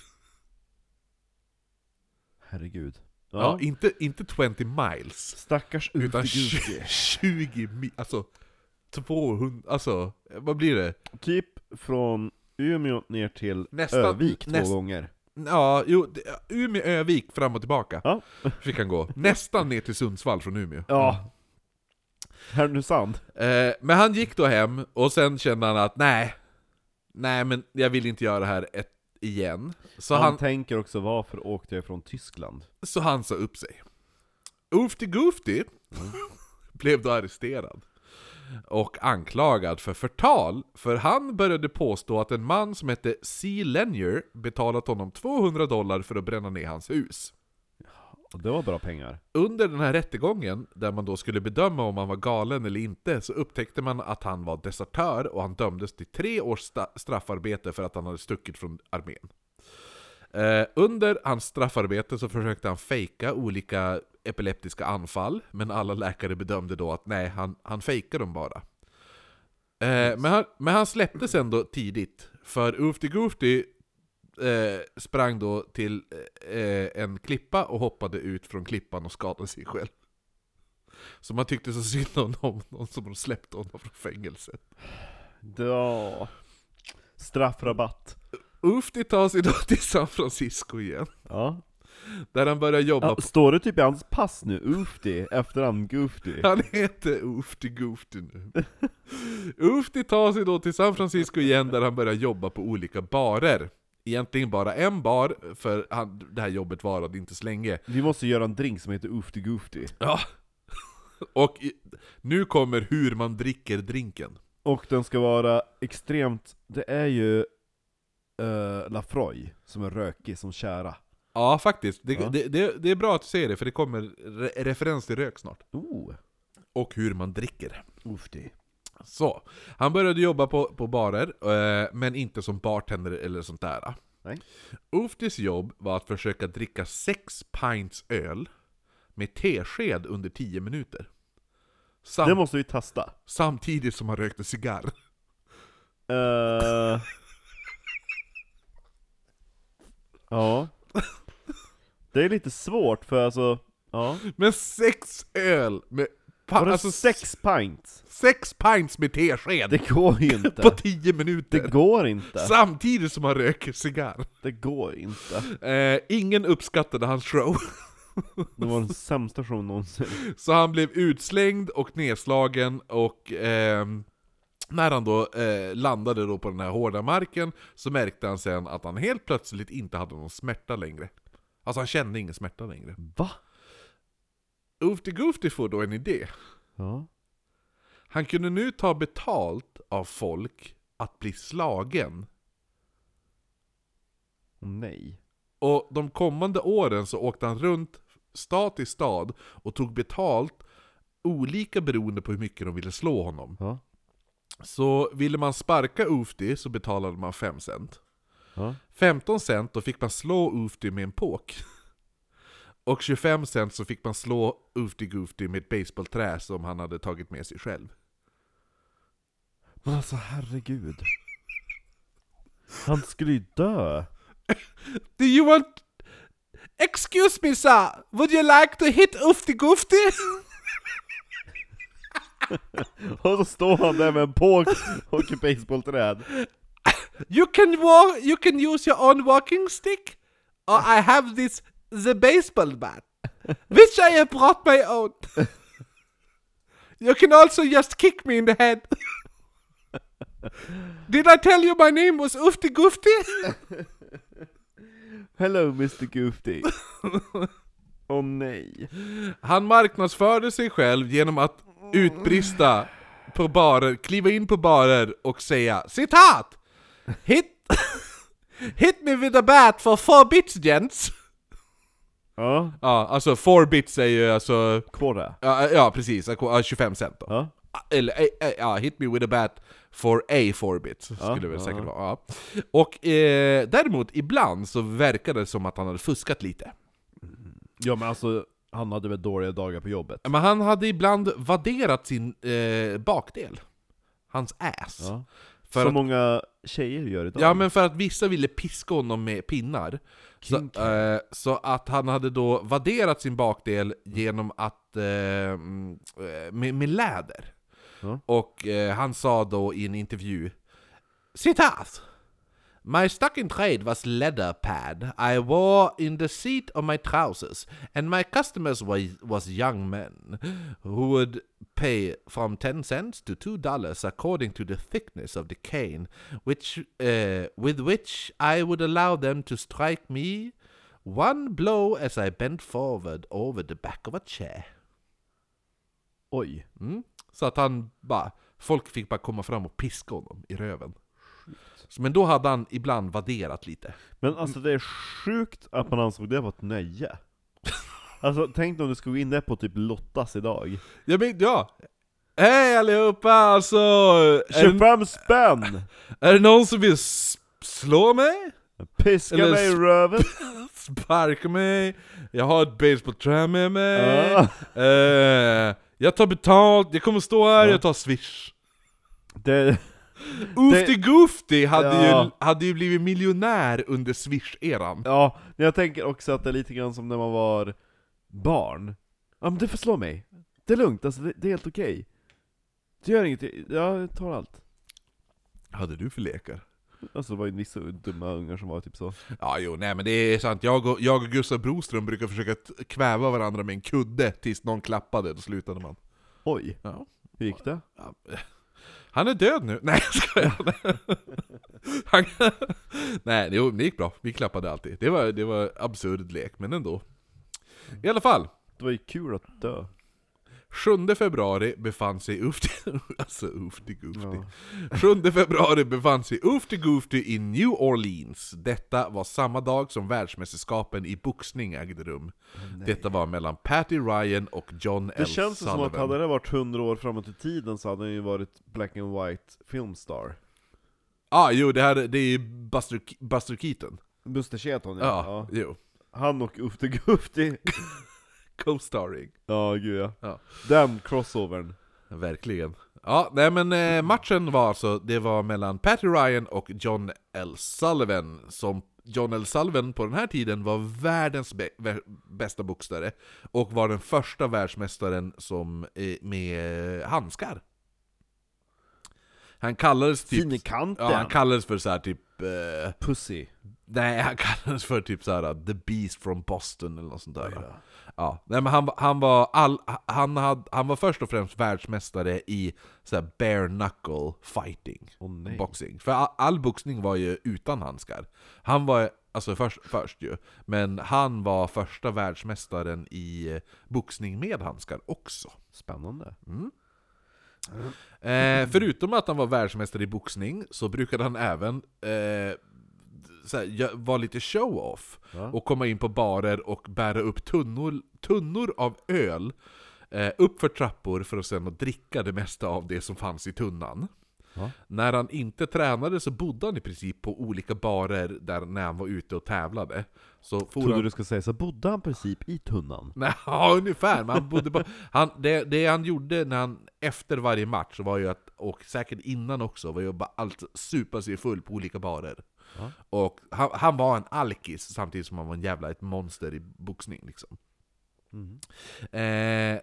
S1: Herregud. Ja.
S2: Ja. inte, inte 20 miles,
S1: Stackars
S2: utan
S1: Ulfigusti.
S2: 20 mil. Alltså, 200... Alltså, vad blir det?
S1: Typ från Umeå ner till
S2: Nästan-
S1: Övik två
S2: näst-
S1: gånger.
S2: Ja, jo, det- Umeå-Övik fram och tillbaka.
S1: Ja.
S2: Fick han gå. Nästan ner till Sundsvall från Umeå.
S1: Ja. Härnösand.
S2: Eh, men han gick då hem, och sen kände han att nej, nej men jag vill inte göra det här ett, igen. Så
S1: Han,
S2: han,
S1: tänker också varför åkte jag från Tyskland?
S2: så han sa upp sig. Oofty Goofty blev då arresterad. Och anklagad för förtal, för han började påstå att en man som hette C. Lenier betalat honom 200 dollar för att bränna ner hans hus.
S1: Och det var bra pengar.
S2: Under den här rättegången, där man då skulle bedöma om han var galen eller inte, så upptäckte man att han var desertör och han dömdes till tre års sta- straffarbete för att han hade stuckit från armén. Eh, under hans straffarbete så försökte han fejka olika epileptiska anfall, men alla läkare bedömde då att nej, han, han fejkar dem bara. Eh, men, han, men han släpptes ändå tidigt, för Ufti Gufti eh, sprang då till eh, en klippa och hoppade ut från klippan och skadade sig själv. Så man tyckte så synd om någon, någon som hade släppt honom från fängelset.
S1: Ja. Straffrabatt.
S2: Ufti tas idag till San Francisco igen,
S1: Ja.
S2: där han börjar jobba
S1: ja.
S2: på...
S1: Står det typ i hans pass nu? Ufti, efternamn Gufti.
S2: Han heter Ufti Gufti nu. Ufti tar sig då till San Francisco igen där han börjar jobba på olika barer. Egentligen bara en bar, för han, det här jobbet varade inte så länge.
S1: Vi måste göra en drink som heter Ufti Gufti.
S2: Ja. Och i, nu kommer hur man dricker drinken.
S1: Och den ska vara extremt, det är ju uh, Lafroy som är rökig som kära.
S2: Ja, faktiskt. Det,
S1: Ja.
S2: Det, det, det är bra att du säger det, för det kommer re referens till rök snart.
S1: Oh,
S2: Och hur man dricker.
S1: Ufti.
S2: Så. Han började jobba på, på barer, eh, men inte som bartender eller sånt där.
S1: Nej.
S2: Uftis jobb var att försöka dricka sex pints öl med tesked under 10 minuter. Sam,
S1: Det måste vi testa.
S2: Samtidigt som han rökte cigarr.
S1: Eh. ja. Det är lite svårt för alltså, ja.
S2: Men sex öl med... pa-
S1: Var det
S2: alltså
S1: sex pints?
S2: Sex pints med tesked
S1: Det går ju
S2: på
S1: inte.
S2: 10 minuter!
S1: Det går inte.
S2: Samtidigt som han röker cigarr.
S1: Det går inte.
S2: Eh, ingen uppskattade hans show,
S1: Det var den sämsta showen någonsin.
S2: så han blev utslängd och nedslagen och ehm, när han då eh, landade då på den här hårda marken så märkte han sen att han helt plötsligt inte hade någon smärta längre. Alltså han kände ingen smärta längre.
S1: Va?
S2: Ufti Gufti får då en idé.
S1: Ja.
S2: Han kunde nu ta betalt av folk att bli slagen
S1: Åh, Nej.
S2: Och de kommande åren så åkte han runt stad till stad och tog betalt olika beroende på hur mycket de ville slå honom.
S1: Ja.
S2: Så ville man sparka Ufti så betalade man 5 cent.
S1: Ja.
S2: 15 cent då fick man slå Ufti med en påk. Och 25 cent så fick man slå Ufti Gufti med ett baseballträ som han hade tagit med sig själv.
S1: Men alltså herregud. Han skulle ju dö.
S2: Do you want... Excuse me sir, would you like to hit Ufti Gufti?
S1: Och så står han där med en påk och ett basebollträd.
S2: You can walk, you can use your own walking stick, or I have this the baseball bat, which I have brought my own. You can also just kick me in the head. Did I tell you my name was Ufti Gufti?
S1: Hello Mr Goofy. Åh nej.
S2: Han marknadsförde sig själv genom att utbrista på barer, kliva in på barer och säga citat! Hit, hit me with a bat for four bits gents!
S1: Ja,
S2: Ja, alltså four bits är ju alltså,
S1: kåra.
S2: ja, ja precis, ja, 25 cent då.
S1: Ja.
S2: Eller, eh, eh, ja, hit me with a bat for a four bit skulle det väl
S1: ja.
S2: säkert vara. Ja. Och eh, däremot, ibland så verkade det som att han hade fuskat lite.
S1: ja men alltså, han hade väl dåliga dagar på jobbet?
S2: Men han hade ibland vadderat sin eh, bakdel. Hans ass.
S1: Ja.
S2: För
S1: Som
S2: att-
S1: många tjejer gör idag.
S2: Ja men för att vissa ville piska honom med pinnar. Så,
S1: Kink.
S2: eh, så att han hade då vadderat sin bakdel genom att... Eh, mm, eh, med, med läder.
S1: Ja.
S2: Och eh, han sa då i en intervju Citat! My stuck in trade was leather pad I wore in the seat of my trousers and my customers were, was young men who would pay from 10 cents to 2 dollars according to the thickness of the cane which uh, with which I would allow them to strike me one blow as I bent forward over the back of a chair.
S1: Oj.
S2: Mm. Så att han bara, folk fick bara komma fram och piska honom i röven. Så, men då hade han ibland vadderat lite.
S1: Men alltså det är sjukt att man ansåg det var ett nöje. Alltså tänk om du skulle gå in där på typ Lottas idag.
S2: Ja men ja! Hej allihopa! Alltså, är det,
S1: 25 spänn!
S2: är det någon som vill s- slå mig?
S1: Piska
S2: Eller
S1: mig i
S2: sp-
S1: röven!
S2: Sparka mig? Jag har ett basebollträ med mig.
S1: Ja.
S2: Eh, jag tar betalt, jag kommer stå här,
S1: Ja.
S2: jag tar swish.
S1: Det,
S2: Ufti Gufti hade,
S1: Ja.
S2: ju, hade ju blivit miljonär under swish-eran.
S1: ja, men jag tänker också att det är lite grann som när man var barn. Ja men du får slå mig. Det är lugnt, alltså det, det är helt okej. Det gör inget, jag tar allt.
S2: Hade du för lekar?
S1: Alltså det var ju vissa dumma ungar som var typ så.
S2: Ja, jo, nej men det är sant. Jag och, jag och Gustav Broström brukar försöka t- kväva varandra med en kudde tills någon klappade, då slutade man.
S1: Oj,
S2: Ja.
S1: hur gick det?
S2: Han är död nu! Nej, jag skojar. Han, nej, jo, det gick bra. Vi klappade alltid. Det var, det var absurd lek, men ändå. I alla fall.
S1: Det var ju kul att dö.
S2: 7 februari befann sig Ufti... Alltså Ufti Gufti.
S1: Ja.
S2: 7 februari befann sig Ufti Gufti i New Orleans. Detta var samma dag som världsmästerskapen i boxning ägde rum. Detta var mellan Patty Ryan och John
S1: Det
S2: L.
S1: känns ju som
S2: Sullivan.
S1: att hade det varit 100 år framåt i tiden så hade han ju varit black and white filmstar.
S2: Ah, jo, det, här, det är ju Buster, Ke- Buster Keaton.
S1: Buster Keaton
S2: Ja,
S1: ja. ja.
S2: jo.
S1: Han och Uffe Gufti.
S2: Co-starring.
S1: Ja, gud ja.
S2: Ja.
S1: Den crossovern.
S2: Verkligen. Ja, nej men eh, matchen var alltså, det var mellan Patty Ryan och John L. Sullivan, som John L. Sullivan på den här tiden var världens bä- vä- bästa boxare, och var den första världsmästaren som, eh, med eh, handskar. Han kallades typ...
S1: Finekanten.
S2: Ja, han kallades för så här typ... Eh,
S1: Pussy.
S2: nej, han kallades för typ så här The Beast from Boston eller något sånt där. Ja, nej men han, han var all, han, hade, han var först och främst världsmästare i så här bare knuckle fighting,
S1: Åh nej.
S2: boxing. För all, all boxning var ju utan handskar. Han var, alltså först, först ju, men han var första världsmästaren i eh, boxning med handskar också.
S1: Spännande.
S2: Eh, förutom att han var världsmästare i boxning så brukade han även eh, så här, gö- vara lite show-off
S1: Ja.
S2: och komma in på barer och bära upp tunnor, tunnor av öl eh, upp för trappor för att sedan att dricka det mesta av det som fanns i tunnan.
S1: Ja.
S2: När han inte tränade så bodde han i princip på olika barer där när han var ute och tävlade. Så for
S1: Trodde
S2: han-
S1: du skulle säga så bodde han i princip i tunnan?
S2: Nej, ja, ungefär. Men han bodde på, han, det, det han gjorde när han, efter varje match var ju att, och säkert innan också, var ju bara allt supa sig full på olika barer.
S1: Ja.
S2: Och han, han var en alkis samtidigt som han var en jävla ett monster i boxning. Liksom.
S1: Mm.
S2: Eh,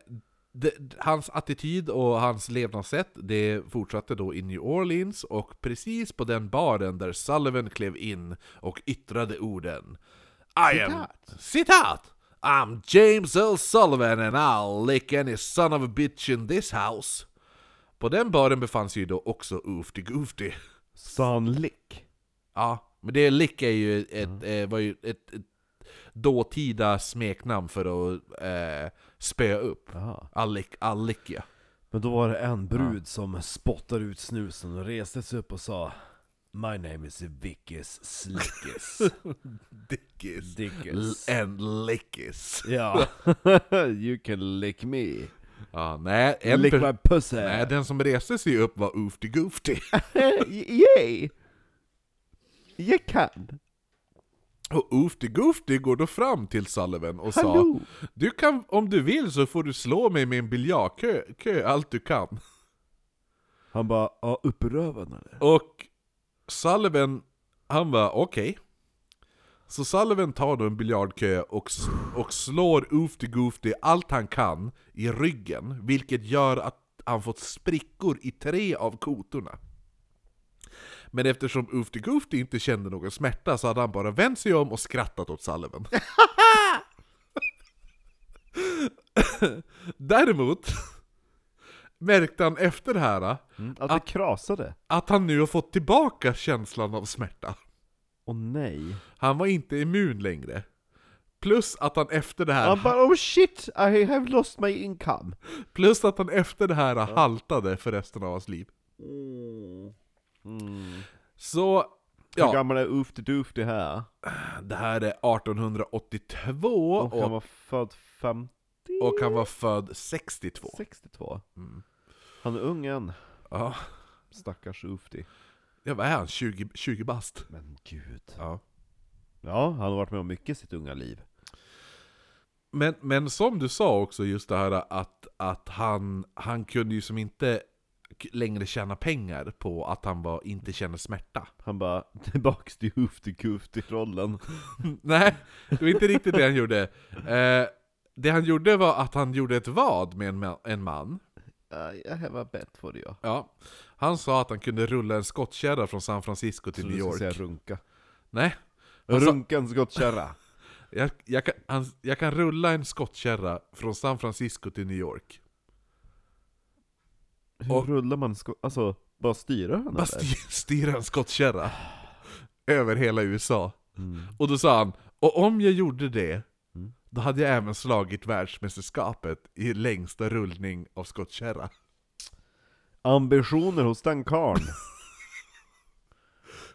S2: det, hans attityd och hans levnadssätt det fortsatte då i New Orleans och precis på den baren där Sullivan klev in och yttrade orden I am... Citat! I'm James L. Sullivan and I'll lick any son of a bitch in this house På den baren befann sig ju då också Oofty Goofty.
S1: Sanlik.
S2: Ja, men det Lick är ju ett,
S1: Mm.
S2: eh, var ju ett, ett dåtida smeknamn för att eh, spöa upp.
S1: Aha.
S2: Allik, Allik ja.
S1: Men då var det en brud som spottade ut snusen och reste sig upp och sa My name is Vickis Slickis
S2: Dickis.
S1: Dickis
S2: En Lickis.
S1: Ja, you can lick me
S2: Ja, nej, en
S1: Lick
S2: per-
S1: my pussy
S2: nej, den som reste sig upp var Oofty Goofty.
S1: Yay! Jag kan!
S2: Och Oofty Goofty går då fram till Sullivan och sa
S1: Hallå.
S2: Du kan, om du vill så får du slå mig med en biljardkö kö allt du kan.
S1: Han bara, ja upprövad eller?
S2: Och Sullivan, han var okej. Så Sullivan tar då en biljardkö och, s- och slår Oofty Goofty allt han kan i ryggen, vilket gör att han fått sprickor i tre av kotorna. Men eftersom Oofty Goofty inte kände någon smärta så hade han bara vänt sig om och skrattat åt Sullivan. Däremot märkte han efter det här
S1: Att
S2: Ah.
S1: det krasade?
S2: att han nu har fått tillbaka känslan av smärta.
S1: Åh nej
S2: Han var inte immun längre. Plus att han efter det här,
S1: Han bara, oh shit! I have lost my income
S2: plus att han efter det här haltade för resten av hans liv. Så,
S1: Hur
S2: ja,
S1: gammal är Oofty Doofty här?
S2: det här är 1882
S1: Och han
S2: och,
S1: var född 50?
S2: och han var född 62.
S1: 62? Mm. Han är ung än,
S2: Ja,
S1: stackars Oofty
S2: ja vad är han? 20, 20 bast?
S1: Men gud
S2: Ja.
S1: Ja, han har varit med om mycket i sitt unga liv
S2: Men, men som du sa också, just det här att, att han, han kunde ju som inte k- längre tjäna pengar på att han var, inte kände smärta.
S1: Han bara, tillbaks till Oofty-Goofty-rollen
S2: Nej, det var inte riktigt det han gjorde. Eh, det han gjorde var att han gjorde ett vad med en, ma- en man.
S1: Jag have a bet for you
S2: Ja. Han sa att han kunde rulla en skottkärra från San Francisco till
S1: Så
S2: New
S1: du ska
S2: York.
S1: säga runka
S2: Nej, Alltså-
S1: Runkan skottkärra
S2: jag, jag, kan, han, jag kan rulla en skottkärra från San Francisco till New York.
S1: Hur
S2: Och-
S1: rullar man skott? Alltså, bara styra han
S2: Bara
S1: eller?
S2: styr, styra en skottkärra. Över hela USA.
S1: Mm.
S2: Och då sa han, och om jag gjorde det, då hade jag även slagit världsmästerskapet i längsta rullning av skottkärra.
S1: Ambitioner hos den karln!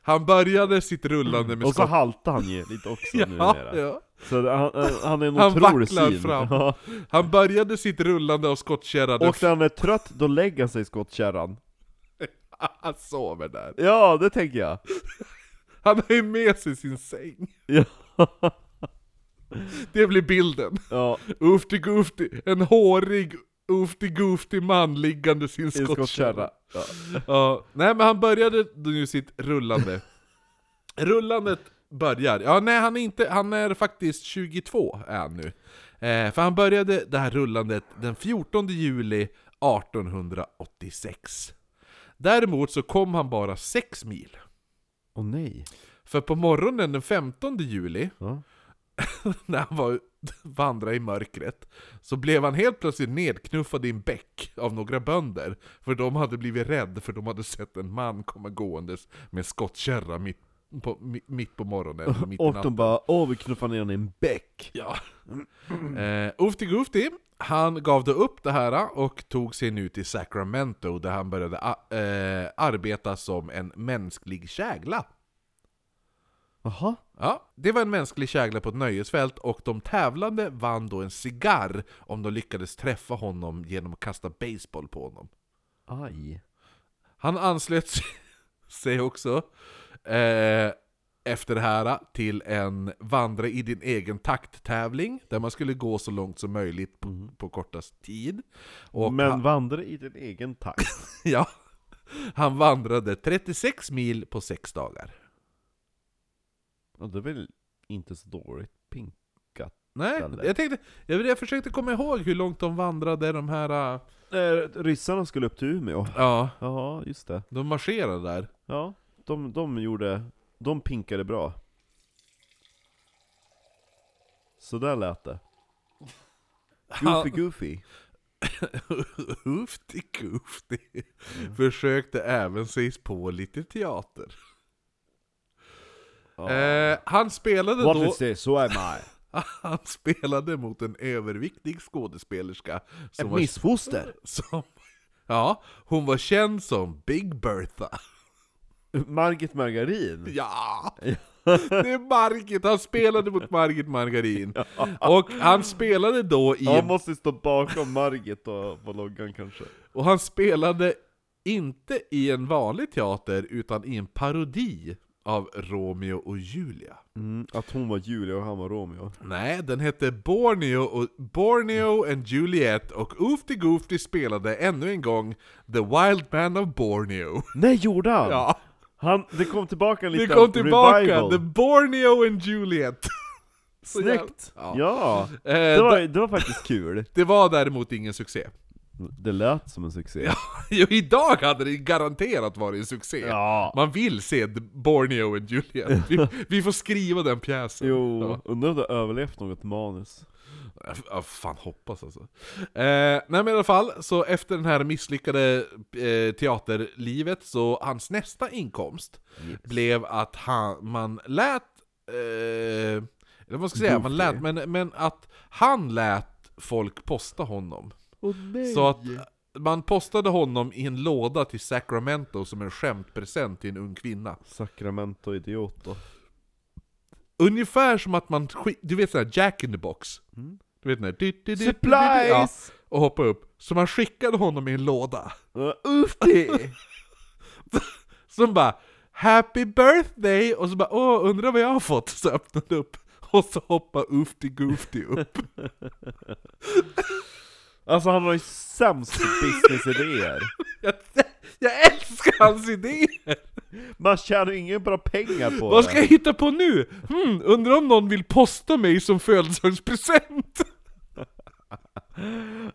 S2: Han började sitt rullande med
S1: Och så
S2: skott...
S1: haltar han ju lite också
S2: Ja,
S1: numera
S2: ja.
S1: Så han, eh, han är en
S2: Han
S1: otrolig
S2: vacklar
S1: syn
S2: fram.
S1: Ja.
S2: Han började sitt rullande av skottkärra den
S1: Och när han är trött, då lägger han sig i skottkärran
S2: Han sover där.
S1: Ja, det tänker jag!
S2: Han har ju med sig sin säng.
S1: Ja,
S2: Det blir bilden.
S1: ja
S2: Oofty Goofty, en hårig Oofty Goofty man liggandes i en
S1: i skottkärra
S2: skottkärra.
S1: ja.
S2: Ja. Nej men han började nu sitt rullande. Rullandet börjar, ja nej han är inte, han är faktiskt 22 är han nu. Eh, för han började det här rullandet den 14 juli 1886. Däremot så kom han bara 6 mil.
S1: Åh nej
S2: För på morgonen den 15 juli,
S1: Ja.
S2: när han var vandrade i mörkret, så blev han helt plötsligt nedknuffad i en bäck av några bönder. För de hade blivit rädda för de hade sett en man komma gåendes med en skottkärra mitt på, mi- mitt på morgonen, eller mitt i
S1: Och
S2: natten.
S1: de bara, åh vi knuffar ner honom i en bäck
S2: Ja. Eh, Oofty Goofty, han gav då upp det här och tog sig nu till Sacramento där han började a- eh, arbeta som en mänsklig kägla.
S1: Jaha?
S2: Ja, det var en mänsklig kägla på ett nöjesfält och de tävlande vann då en cigarr om de lyckades träffa honom genom att kasta baseball på honom.
S1: Aj
S2: Han anslöt sig- sig också eh, efter det här till en vandra i din egen takt-tävling där man skulle gå så långt som möjligt på, på kortast tid. Och
S1: Mm. Men
S2: han,
S1: vandra i din egen takt
S2: ja, han vandrade 36 mil på sex dagar.
S1: Ja, det är väl inte så dåligt pinkat?
S2: Nej,
S1: Eller?
S2: jag tänkte, jag, jag försökte komma ihåg hur långt de vandrade de här... eh,
S1: ryssarna skulle upp till Umeå.
S2: Ja,
S1: Ja, just det.
S2: de marscherar där.
S1: Ja, de, de gjorde... De pinkade bra. Så där lät det. Goofy
S2: Han,
S1: Goofy.
S2: Hufti Kufti försökte även sig på lite teater.
S1: Ja.
S2: Eh, han spelade
S1: What
S2: då...
S1: is this? Who am I?
S2: Han spelade mot en överviktig skådespelerska som
S1: Ett
S2: var,
S1: missfoster?
S2: som, ja, hon var känd som Big Bertha.
S1: Margit Margarin?
S2: Ja! Det är Margit, han spelade mot Margit Margarin. Och han spelade då i...
S1: Jag måste stå bakom Margit då, på loggan kanske.
S2: Och han spelade inte i en vanlig teater, utan i en parodi av Romeo och Julia.
S1: Mm, att hon var Julia och han var Romeo.
S2: Nej, den hette Borneo, och Borneo and Juliet och Oofty Goofty spelade ännu en gång The Wild Man of Borneo.
S1: Nej, gjorde han?
S2: Ja,
S1: han det kom tillbaka en
S2: det
S1: liten
S2: kom tillbaka!
S1: revival.
S2: The Borneo and Juliet! Så
S1: Snyggt!
S2: jävla- Ja.
S1: Ja,
S2: Eh,
S1: det var,
S2: d-
S1: det var faktiskt kul.
S2: det var däremot ingen succé.
S1: Det lät som en succé.
S2: Ja, jo, idag hade det garanterat varit en succé.
S1: ja.
S2: Man vill se The Borneo and Juliet. Vi, vi får skriva den pjäsen.
S1: Jo, undrar om du har överlevt något manus.
S2: Ja, f- ja, fan hoppas alltså. Eh, nej men i alla fall, så efter den här misslyckade eh, teaterlivet så hans nästa inkomst blev att han, man lät, eh, eller vad man ska säga, man lät, men, men att han lät folk posta honom.
S1: Åh nej!
S2: Så att man postade honom i en låda till Sacramento som en skämtpresent till en ung kvinna.
S1: Sacramento idiot då.
S2: Ungefär som att man, skick- du vet sådär Jack in the box.
S1: Mm.
S2: Du vet den där... du- du- du- du- du- du- ja.
S1: Supplies!
S2: och hoppa upp. Så man skickade honom i en låda.
S1: Uh, Ufti!
S2: Som bara 'Happy birthday' och så bara 'Åh, undrar vad jag har fått' så öppnade upp. Och så hoppade Oofty Goofty upp.
S1: Alltså han har ju sämst businessidéer.
S2: jag, jag älskar hans idéer!
S1: Man tjänar ju inga bra pengar på
S2: Vad
S1: det.
S2: ska jag hitta på nu? Hmm, undrar om någon vill posta mig som födelsedagspresent?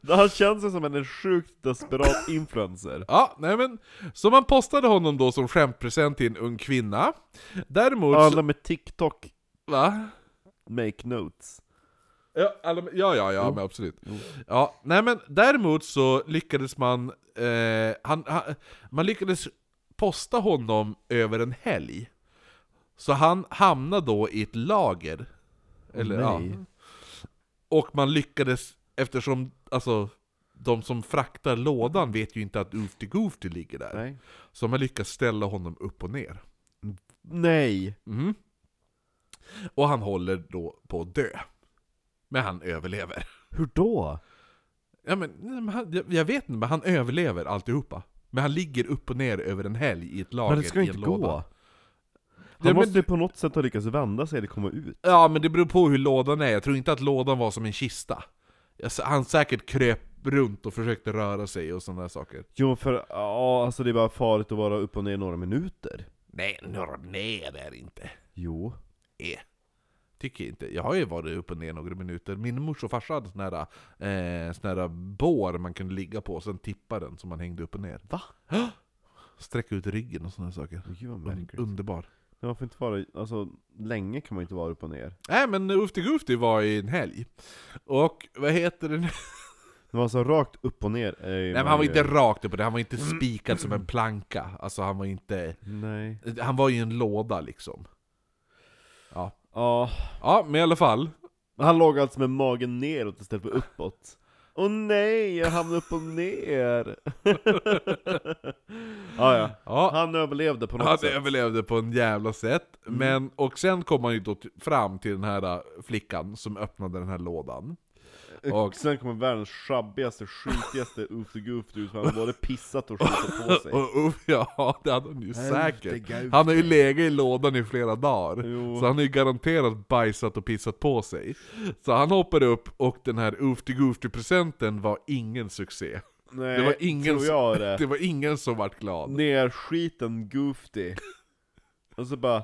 S1: Han känns ju som en sjukt desperat influencer.
S2: Ja, nej men. Så man postade honom då som skämtpresent till en ung kvinna. Däremot så,
S1: Alla med TikTok
S2: va?
S1: make notes.
S2: Ja, alla, ja, ja, ja men absolut. Ja, nej men däremot så lyckades man, eh, han, han, man lyckades posta honom över en helg. Så han hamnade då i ett lager. Eller, ja.
S1: nej.
S2: Och man lyckades, eftersom alltså, de som fraktar lådan vet ju inte att Oofty Goofty ligger där.
S1: Nej.
S2: Så man lyckas ställa honom upp och ner.
S1: Nej!
S2: Mhm. Och han håller då på att dö. Men han överlever.
S1: Hur då?
S2: Ja, men, nej, men han, jag- jag vet inte, men han överlever alltihopa. Men han ligger upp och ner över en helg i ett lager
S1: Men det ska
S2: i
S1: ju
S2: en
S1: inte
S2: låda.
S1: gå.
S2: Ja,
S1: Han
S2: men-
S1: måste ju på något sätt ha lyckats vända sig eller komma ut.
S2: Ja, men det beror på hur lådan är. Jag tror inte att lådan var som en kista. Jag s- Han säkert kröp runt och försökte röra sig och sådana där saker.
S1: Jo för, ja alltså det är bara farligt att vara upp och ner några minuter.
S2: Nej, några ner är det inte.
S1: Jo.
S2: Eh. Tycker inte. Jag har ju varit upp och ner några minuter. Min mors och farsa hade såna här, eh, såna här bår man kunde ligga på och sen tippa den så man hängde upp och ner.
S1: Va?
S2: Sträcka ut ryggen och sådana där saker.
S1: Gud vad
S2: Un-
S1: märkligt.
S2: underbar.
S1: Ja, Man får um, inte vara, alltså länge kan man inte vara upp och ner.
S2: Nej men Ufti Gufti var i en helg. Och vad heter det nu?
S1: Men alltså rakt upp och ner är ju
S2: Nej men han var inte rakt upp och det, han var inte spikad som en planka. Alltså han var inte...
S1: Nej.
S2: Han var i en låda liksom. Ja,
S1: Ja.
S2: ja men i alla fall.
S1: Han låg alltså med magen neråt istället för uppåt. Åh nej, jag hamnade upp och ner! ah, ja.
S2: Ja,
S1: Han överlevde på något
S2: han
S1: sätt. Mm.
S2: överlevde på en jävla sätt. Men, och sen kom han ju då t- fram till den här äh, flickan som öppnade den här lådan. Och,
S1: Och sen kommer världens sjabbigaste, skitigaste Uffe Guffe ut, för han har både pissat och skitit på sig.
S2: och, och ja, det hade han ju säkert.
S1: Helvete,
S2: Han har ju legat i lådan i flera dagar.
S1: Jo.
S2: Så han har ju garanterat bajsat och pissat på sig. Så han hoppade upp och den här oofty goofty presenten var ingen succé.
S1: Nej,
S2: det var ingen
S1: tror jag det.
S2: Det var ingen som vart glad.
S1: Ner skiten Goofy. Och så bara,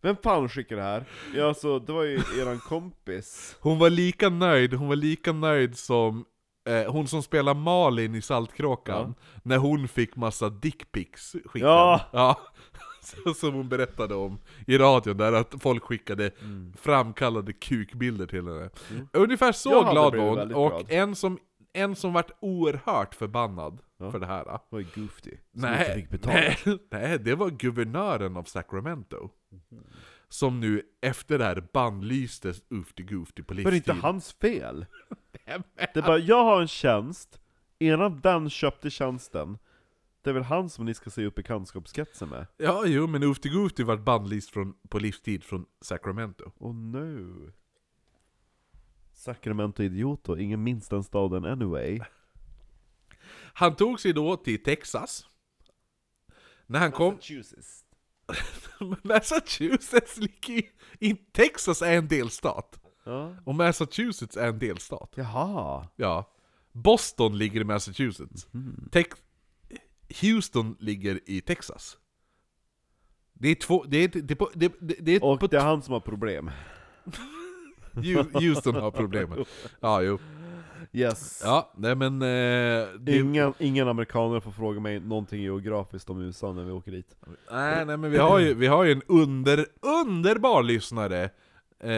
S1: vem fan skickar det här? Ja alltså, det var ju eran kompis.
S2: Hon var lika nöjd, hon var lika nöjd som eh, hon som spelar Malin i Saltkråkan, när hon fick massa dickpics skickade.
S1: Ja.
S2: ja. Så- Som hon berättade om i radion, där att folk skickade
S1: Mm.
S2: framkallade kukbilder till henne. Ungefär så
S1: Jag hade
S2: glad var
S1: blivit
S2: hon,
S1: väldigt
S2: och
S1: glad.
S2: en som en som vart oerhört förbannad
S1: Ja.
S2: för det här. då.
S1: Vad är Goofy? Som inte
S2: Nej,
S1: fick betalt.
S2: nej, nej, det var guvernören av Sacramento.
S1: Mhm.
S2: Som nu efter det här bannlystes Ufty Goofty på
S1: Men det är
S2: livstid.
S1: inte hans fel.
S2: Vem
S1: Det är bara, jag har en tjänst, ena den köpte tjänsten, det är väl han som ni ska se upp bekantskapskretsen med?
S2: Ja, jo, men Ufty Goofty vart bannlyst från, på livstid från Sacramento.
S1: Åh oh, no! Sacramento Idioto, ingen minns den staden anyway.
S2: Han tog sig då till Texas. När han kom...
S1: Massachusetts.
S2: Massachusetts ligger i, i... Texas är en delstat.
S1: Ja.
S2: Och Massachusetts är en delstat.
S1: Jaha.
S2: Ja. Boston ligger i Massachusetts. Tex- Houston ligger i Texas. Det är två... Det är, det är, på- det, det, det är
S1: Och
S2: på
S1: det är han som har problem.
S2: Ju- Houston har problemen. Ja, jo.
S1: Yes.
S2: Ja, nej men... Eh, det,
S1: Ingen, ingen amerikaner får fråga mig någonting geografiskt om USA när vi åker dit.
S2: Nej, nej men vi har ju, vi har ju en under, underbar lyssnare eh,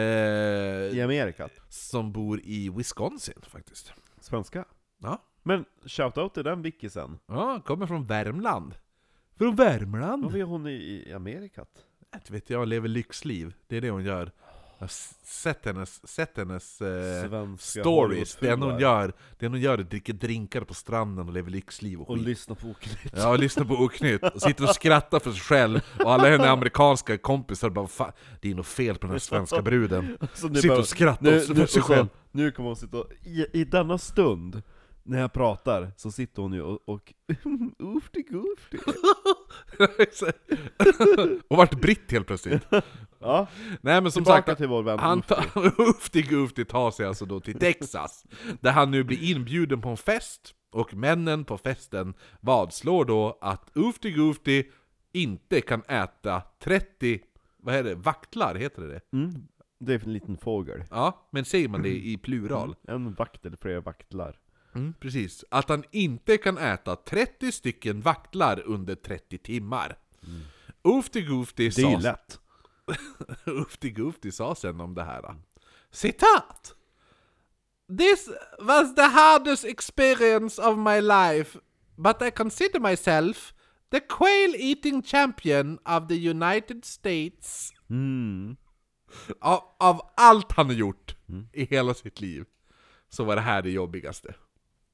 S1: I Amerika.
S2: som bor i Wisconsin faktiskt.
S1: Svenska.
S2: Ja,
S1: Men shoutout till den vickisen.
S2: ja kommer från Värmland. Från Värmland?
S1: Varför är hon i, i Amerika?
S2: Vet, vet jag, lever lyxliv. Det är det hon gör. Jag har s- sett hennes, sett hennes eh,
S1: Svenska
S2: stories. Det enda
S1: Hollywoodfruar.
S2: hon gör, det hon gör är att dricka drinkar på stranden och lever lyxliv och
S1: Och
S2: skit.
S1: lyssna på Oknytt.
S2: Ja, och lyssnar på Oknytt och sitter och skrattar för sig själv och alla hennes amerikanska kompisar bara Fan, det är något fel på den här svenska bruden.
S1: Alltså, nu
S2: Sitter
S1: bara-
S2: och skrattar
S1: nu,
S2: åt sig-
S1: nu,
S2: för sig
S1: och sen,
S2: själv.
S1: nu kommer hon sitta och, i, i denna stund, när jag pratar, så sitter hon ju och, och oofty goofty.
S2: och vart britt helt plötsligt.
S1: Ja,
S2: Nej men som
S1: tillbaka
S2: sagt,
S1: till vår vän.
S2: han
S1: Han...
S2: tar, Ufti Gufti tar sig alltså då till Texas, där han nu blir inbjuden på en fest, och männen på festen vadslår då att Ufti Gufti inte kan äta 30, vad är det, vaktlar heter det det?
S1: Mm, det är en liten fågel.
S2: Ja, men säger man det i plural?
S1: En vakt eller flera vaktlar.
S2: Mm, precis. Att han inte kan äta 30 stycken vaktlar under 30 timmar. Ufti Gufti
S1: Mm. Det är ju
S2: sa,
S1: lätt.
S2: Ufti Gufti sa sen om det här. då. Citat! This was the hardest experience of my life, but I consider myself the quail eating champion of the United States.
S1: Mm.
S2: Av, av allt han har gjort i hela sitt liv, så var det här det jobbigaste.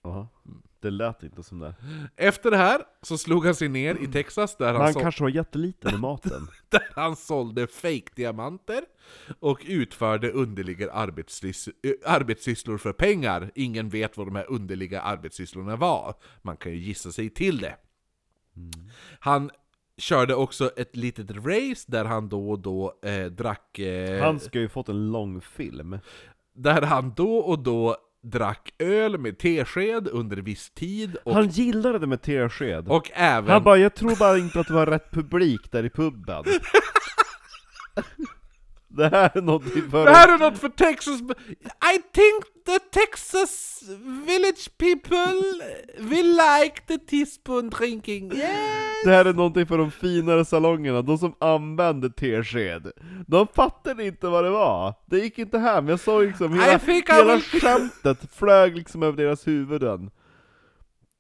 S1: Ja. Mm. Det lät inte som det.
S2: Efter det här så slog han sig ner i Texas där
S1: Men
S2: han,
S1: han
S2: så,
S1: kanske var jätteliten i maten.
S2: där han sålde fake-diamanter och utförde underliga arbetssys- eh, arbetssysslor för pengar. Ingen vet vad de här underliga arbetssysslorna var. Man kan ju gissa sig till det.
S1: Mm.
S2: Han körde också ett litet race där han då och då eh, drack... Eh,
S1: Han ska ju fått en lång film.
S2: Där han då och då drack öl med tesked under viss tid och,
S1: Han gillade det med tesked.
S2: och även...
S1: Han bara, jag tror bara inte att det var rätt publik där i puben. det här är någonting för...
S2: Det här är något för Texas... I think the Texas village people will like the teaspoon drinking. Yeah.
S1: Det här är någonting för de finare salongerna, de som använder tesked. De fattade inte vad det var. Det gick inte hem, jag såg liksom hela,
S2: I think I
S1: hela
S2: will-
S1: skämtet flög liksom över deras huvuden.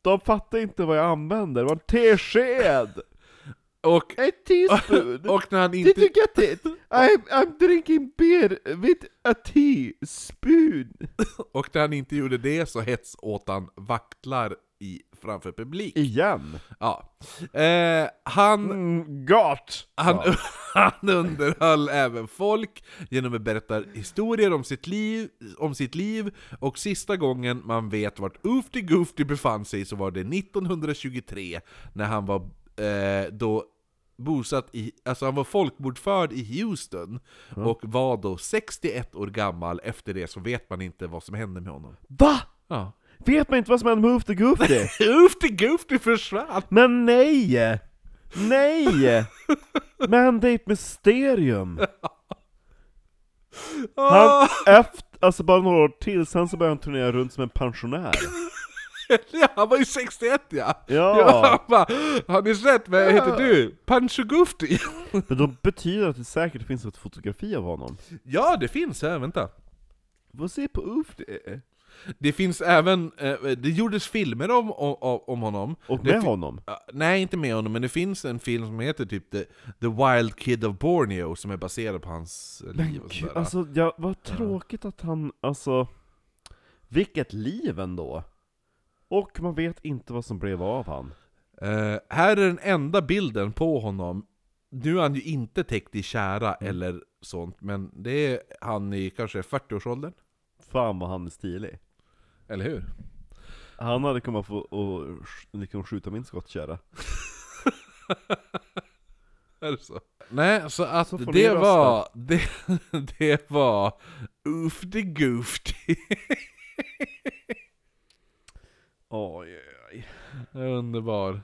S1: De fattade inte vad jag använde, det var en tesked!
S2: Och,
S1: Ett teaspoon!
S2: och när han
S1: Did
S2: inte...
S1: you get it? I'm, I'm drinking beer with a teaspoon!
S2: Och när han inte gjorde det så hets åt han vaktlar i, framför publik.
S1: Igen?
S2: Ja. Eh, han...
S1: Mm, gott!
S2: Han, han underhöll även folk genom att berätta historier om sitt, liv, om sitt liv och sista gången man vet vart Ufty Gufty befann sig så var det 1923 när han var eh, då bosatt i, alltså han var folkbordförd i Houston och var då 61 år gammal, efter det så vet man inte vad som hände med honom.
S1: Va?
S2: Ja.
S1: Vet man inte vad som hände med Hoofty Goofty?
S2: Ufty Gufty försvann!
S1: Men nej! Nej! Men det är ett mysterium! Han, efter, alltså bara några år till, sen så började han turnera runt som en pensionär.
S2: Ja, han var ju 61 ja!
S1: Ja.
S2: han bara, har ni sett vad heter du? Pancho Gufti?
S1: Men då betyder att det säkert finns ett fotografi av honom.
S2: Ja, det finns här, vänta.
S1: Vad ser på Ulf det är?
S2: Det finns även, eh, det gjordes filmer om, om, om honom.
S1: Och
S2: Det
S1: med
S2: fi-
S1: honom?
S2: Ja, nej, inte med honom, men det finns en film som heter typ The, The Wild Kid of Borneo, som är baserad på hans eh, liv och
S1: Gud,
S2: sådär.
S1: alltså, ja, vad tråkigt att han, alltså... Vilket liv ändå! Och man vet inte vad som blev av han.
S2: Eh, här är den enda bilden på honom. Nu är han ju inte täckt i tjära
S1: Mm.
S2: eller sånt, men det är han i kanske 40-årsåldern.
S1: Fan vad han är stilig.
S2: Eller hur?
S1: Han hade kunnat få och, sk- liksom skjuta min skottkärra.
S2: Är det så? Nej, så att
S1: Så får ni
S2: det,
S1: rösta.
S2: var, det, det var Oofty Goofty.
S1: Oj, oj.
S2: Underbar.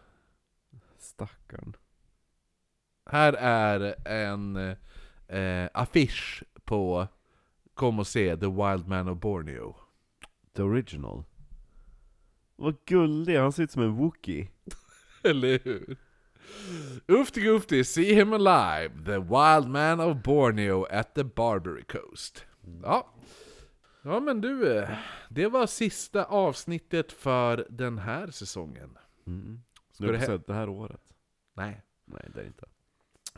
S1: Stackarn.
S2: Här är en eh, affisch på Kom och se The Wild Man of Borneo.
S1: The original. Vad gullig, han ser ut som en wookie.
S2: Eller hur? Oofty Goofty, see him alive! The wild man of Borneo at the Barbary Coast. Ja. Ja men du, eh, det var sista avsnittet för den här säsongen.
S1: Mm.
S2: Ska
S1: Nu
S2: det
S1: det,
S2: hä-
S1: här... det här året.
S2: Nej.
S1: Nej, det är inte.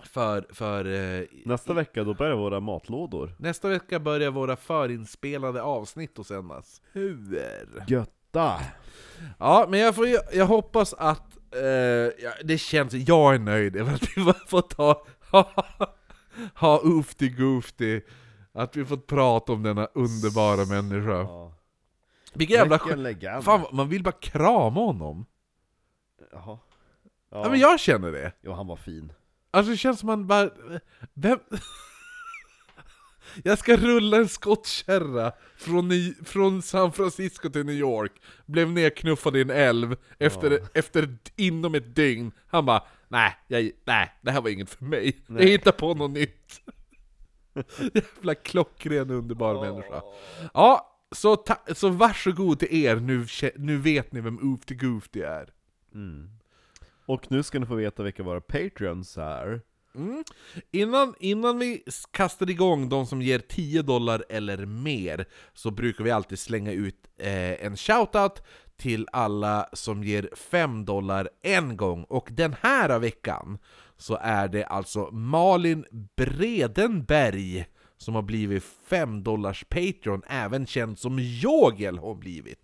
S2: För, för eh, i-
S1: Nästa vecka, då börjar våra matlådor.
S2: nästa vecka börjar våra förinspelade avsnitt att sändas. Hur?
S1: Götta!
S2: Ja, men jag, får, ju- jag hoppas att... Eh, ja, det känns... Jag är nöjd över att vi får ta... Ha, ha oofty goofty. Att vi fått prata om denna underbara människa.
S1: Ja.
S2: Vilken jävla
S1: Vilken
S2: skön...
S1: legend.
S2: Fan, vad- man vill bara krama honom.
S1: Jaha.
S2: Ja.
S1: Ja.
S2: men jag känner det.
S1: Jo, han var fin.
S2: Alltså det känns som man bara... Vem... Jag ska rulla en skottkärra från, Ny- från San Francisco till New York, blev nerknuffad i en älv, efter, efter inom ett dygn. Han bara nej, jag, nej, det här var inget för mig. Jag
S1: Nej.
S2: hittar på något nytt. Jävla klockren underbar människa. Ja, så, ta- så varsågod till er, nu, kä- nu vet ni vem Oofty Goofty är.
S1: Mm. Och nu ska ni få veta vilka våra patreons är.
S2: Mm. Innan, innan vi s- kastar igång de som ger 10 dollar eller mer så brukar vi alltid slänga ut eh, en shoutout till alla som ger 5 dollar en gång. Och den här veckan så är det alltså Malin Bredenberg som har blivit 5 dollars Patreon, även känd som Jogel har hon blivit.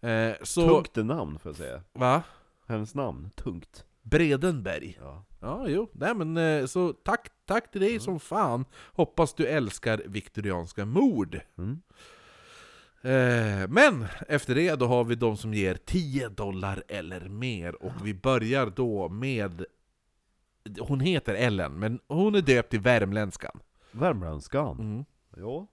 S2: Eh, så...
S1: Tungt är namn får jag säga.
S2: Va?
S1: Hennes namn, tungt.
S2: Bredenberg.
S1: Ja. Mm.
S2: Ja, jo. Nej, men eh, så tack, tack till dig som fan. Hoppas du älskar viktorianska mord.
S1: Mm.
S2: Eh, men efter det då har vi de som ger 10 dollar eller mer och vi börjar då med hon heter Ellen, men hon är döpt till värmländskan.
S1: Värmlandskan.
S2: Mm.
S1: Ja.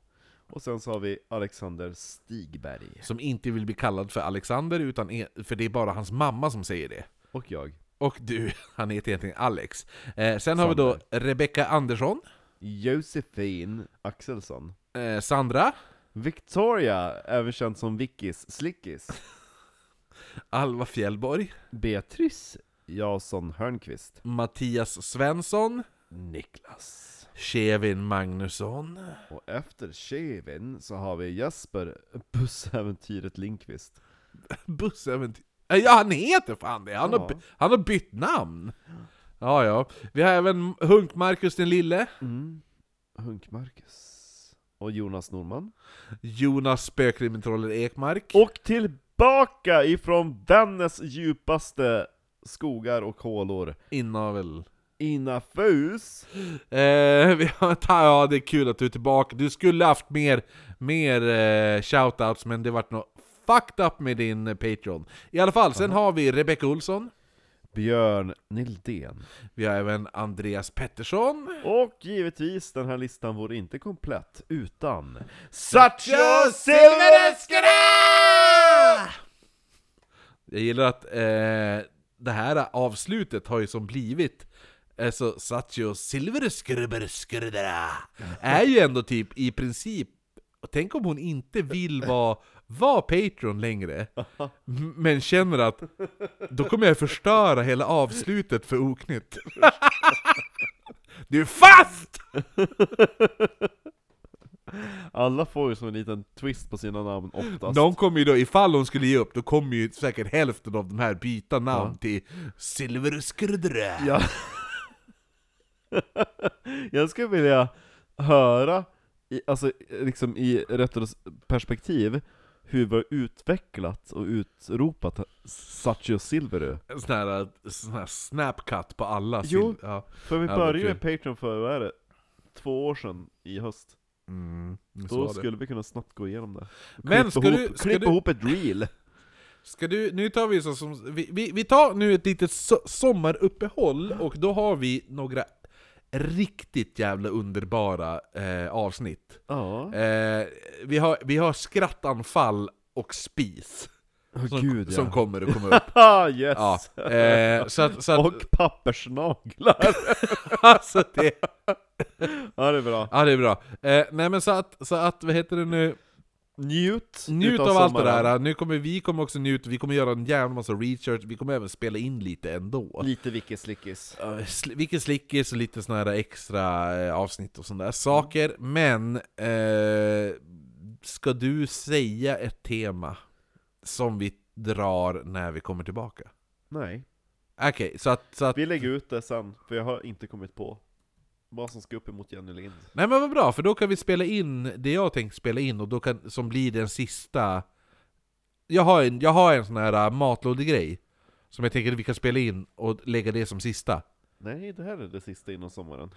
S1: Och sen så har vi Alexander Stigberg.
S2: Som inte vill bli kallad för Alexander, utan e- för det är bara hans mamma som säger det.
S1: Och jag.
S2: Och du, han heter egentligen Alex. Eh, sen har vi då Rebecca Andersson,
S1: Josefin Axelsson.
S2: eh, Sandra,
S1: Victoria, även känd som Vickis Slickis.
S2: Alva Fjällborg,
S1: Beatrice Jason Hörnqvist.
S2: Mattias Svensson,
S1: Niklas.
S2: Kevin Magnusson,
S1: Och efter Kevin så har vi Jesper Bussäventyret Lindqvist.
S2: Bussäventyr... Ja, han heter fan det! Han, har,
S1: Ja.
S2: by- han har bytt namn! Ja, ja. Vi har även Hunk Marcus den lille,
S1: Mm. Hunk Marcus. Och Jonas Norman.
S2: Jonas Spökrimtroller Ekmark,
S1: Och tillbaka ifrån Vännäs djupaste skogar och hålor.
S2: inavel.
S1: Innafus.
S2: Eh, vi har, ta, ja, det är kul att du är tillbaka. Du skulle haft mer, mer eh, shoutouts, men det vart något fucked up med din eh, Patreon. I alla fall, sen har vi Rebecca Olsson,
S1: Björn Nildén.
S2: vi har även Andreas Pettersson,
S1: Och givetvis, den här listan vore inte komplett utan
S2: Satcho Silvereskara! Jag gillar att eh, det här avslutet har ju som blivit eh, så Satcho Silvereskrubberskruddera är ju ändå typ i princip och Tänk om hon inte vill vara var Patreon längre, m- men känner att då kommer jag förstöra hela avslutet för Oknytt. Du är fast!
S1: Ja, alla får ju som en liten twist på sina namn oftast.
S2: De kommer ju då, ifall hon skulle ge upp, då kommer ju säkert hälften av de här byta namn till Silverskurdre.
S1: Ja. jag skulle vilja höra, i, alltså liksom i retroperspektiv, hur vi har utvecklat och utropat Satchio Silverö.
S2: En sån här, sån här snapcut på alla. sil-
S1: Jo.
S2: Ja.
S1: För vi
S2: Ja,
S1: började ju
S2: kul.
S1: med Patreon för, vad är det, två år sedan i höst.
S2: Mm, så var
S1: Då
S2: det.
S1: skulle vi kunna snabbt gå igenom det.
S2: Men
S1: Klippa
S2: ska
S1: ihop,
S2: du- ska
S1: klippa
S2: du-
S1: ihop ett reel.
S2: Ska du, nu tar vi så som, vi, vi, vi tar nu ett litet so- sommaruppehåll och då har vi några riktigt jävla underbara eh, avsnitt.
S1: Ja.
S2: Eh, vi, har, vi har skrattanfall och spis som,
S1: Åh gud ja.
S2: som kommer att komma upp.
S1: Ah, yes!
S2: Ja, eh, så att, så att,
S1: Och pappersnaglar!
S2: så att det,
S1: ja det är bra.
S2: ja det är bra. Eh, nej men så att, så att, vad heter det nu?
S1: Njut!
S2: Njut
S1: utav
S2: av allt det
S1: sommaren.
S2: där. Nu kommer vi kommer också njuta, vi kommer göra en jävla massa research, vi kommer även spela in lite ändå.
S1: Lite vickeslickis.
S2: Eh, sl- Vilken slickis och lite såna här extra eh, avsnitt och sådana där saker. Men, eh, ska du säga ett tema som vi drar när vi kommer tillbaka?
S1: Nej.
S2: Okej, så att... Så att
S1: Vi lägger ut det sen, för jag har inte kommit på vad som ska upp emot Jenny Lind.
S2: Nej men vad bra, för då kan vi spela in det jag tänkt spela in och då kan, som blir den sista... Jag har en, jag har en sån här äh, matlådegrej som jag tänker att vi kan spela in och lägga det som sista.
S1: Nej, det här är det sista innan sommaren.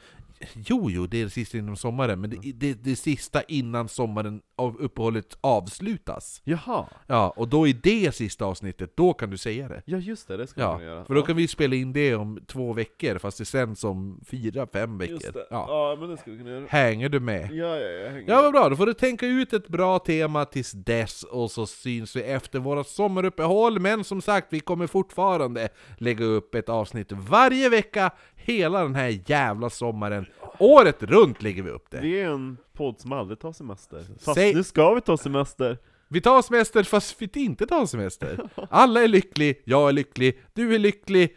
S2: Jo, jo, det är det sista innan sommaren, men det, det, det sista innan sommaren av uppehållet avslutas.
S1: Jaha!
S2: Ja, och då i det sista avsnittet, då kan du säga det.
S1: Ja just det, det ska
S2: Ja,
S1: man göra.
S2: för då kan vi spela in det om två veckor, fast det sänds om fyra, fem
S1: ja, just
S2: veckor.
S1: det.
S2: Ja.
S1: Ja. men det ska vi kunna göra.
S2: Hänger du med?
S1: Ja, ja, jag hänger
S2: Ja
S1: med.
S2: vad bra, då får du tänka ut ett bra tema tills dess och så syns vi efter våra sommaruppehåll Men som sagt, vi kommer fortfarande lägga upp ett avsnitt varje vecka Hela den här jävla sommaren Året runt lägger vi upp det
S1: Vi är en podd som aldrig tar semester. Fast
S2: Säg-
S1: nu ska vi ta semester!
S2: Vi tar semester fast vi inte tar semester Alla är lycklig, jag är lycklig, du är lycklig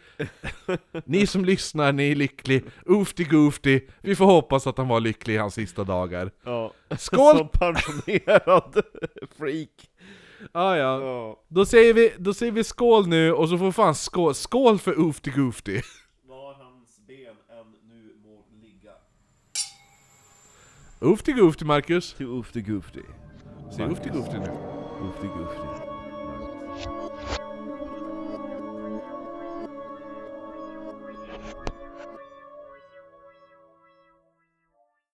S2: Ni som lyssnar, ni är lycklig Oofty goofty Vi får hoppas att han var lycklig i hans sista dagar
S1: Ja.
S2: Skål!
S1: Som pensionerad freak.
S2: ah, ja.
S1: Ja.
S2: Då säger, vi, då säger vi skål nu och så får fan skål, skål för Oofty Goofty!
S1: Var hans ben än nu må ligga.
S2: Oofty Goofty Marcus!
S1: Till Oofty Goofty.
S2: Säg Oofty Goofty nu!
S1: Oofty Goofty.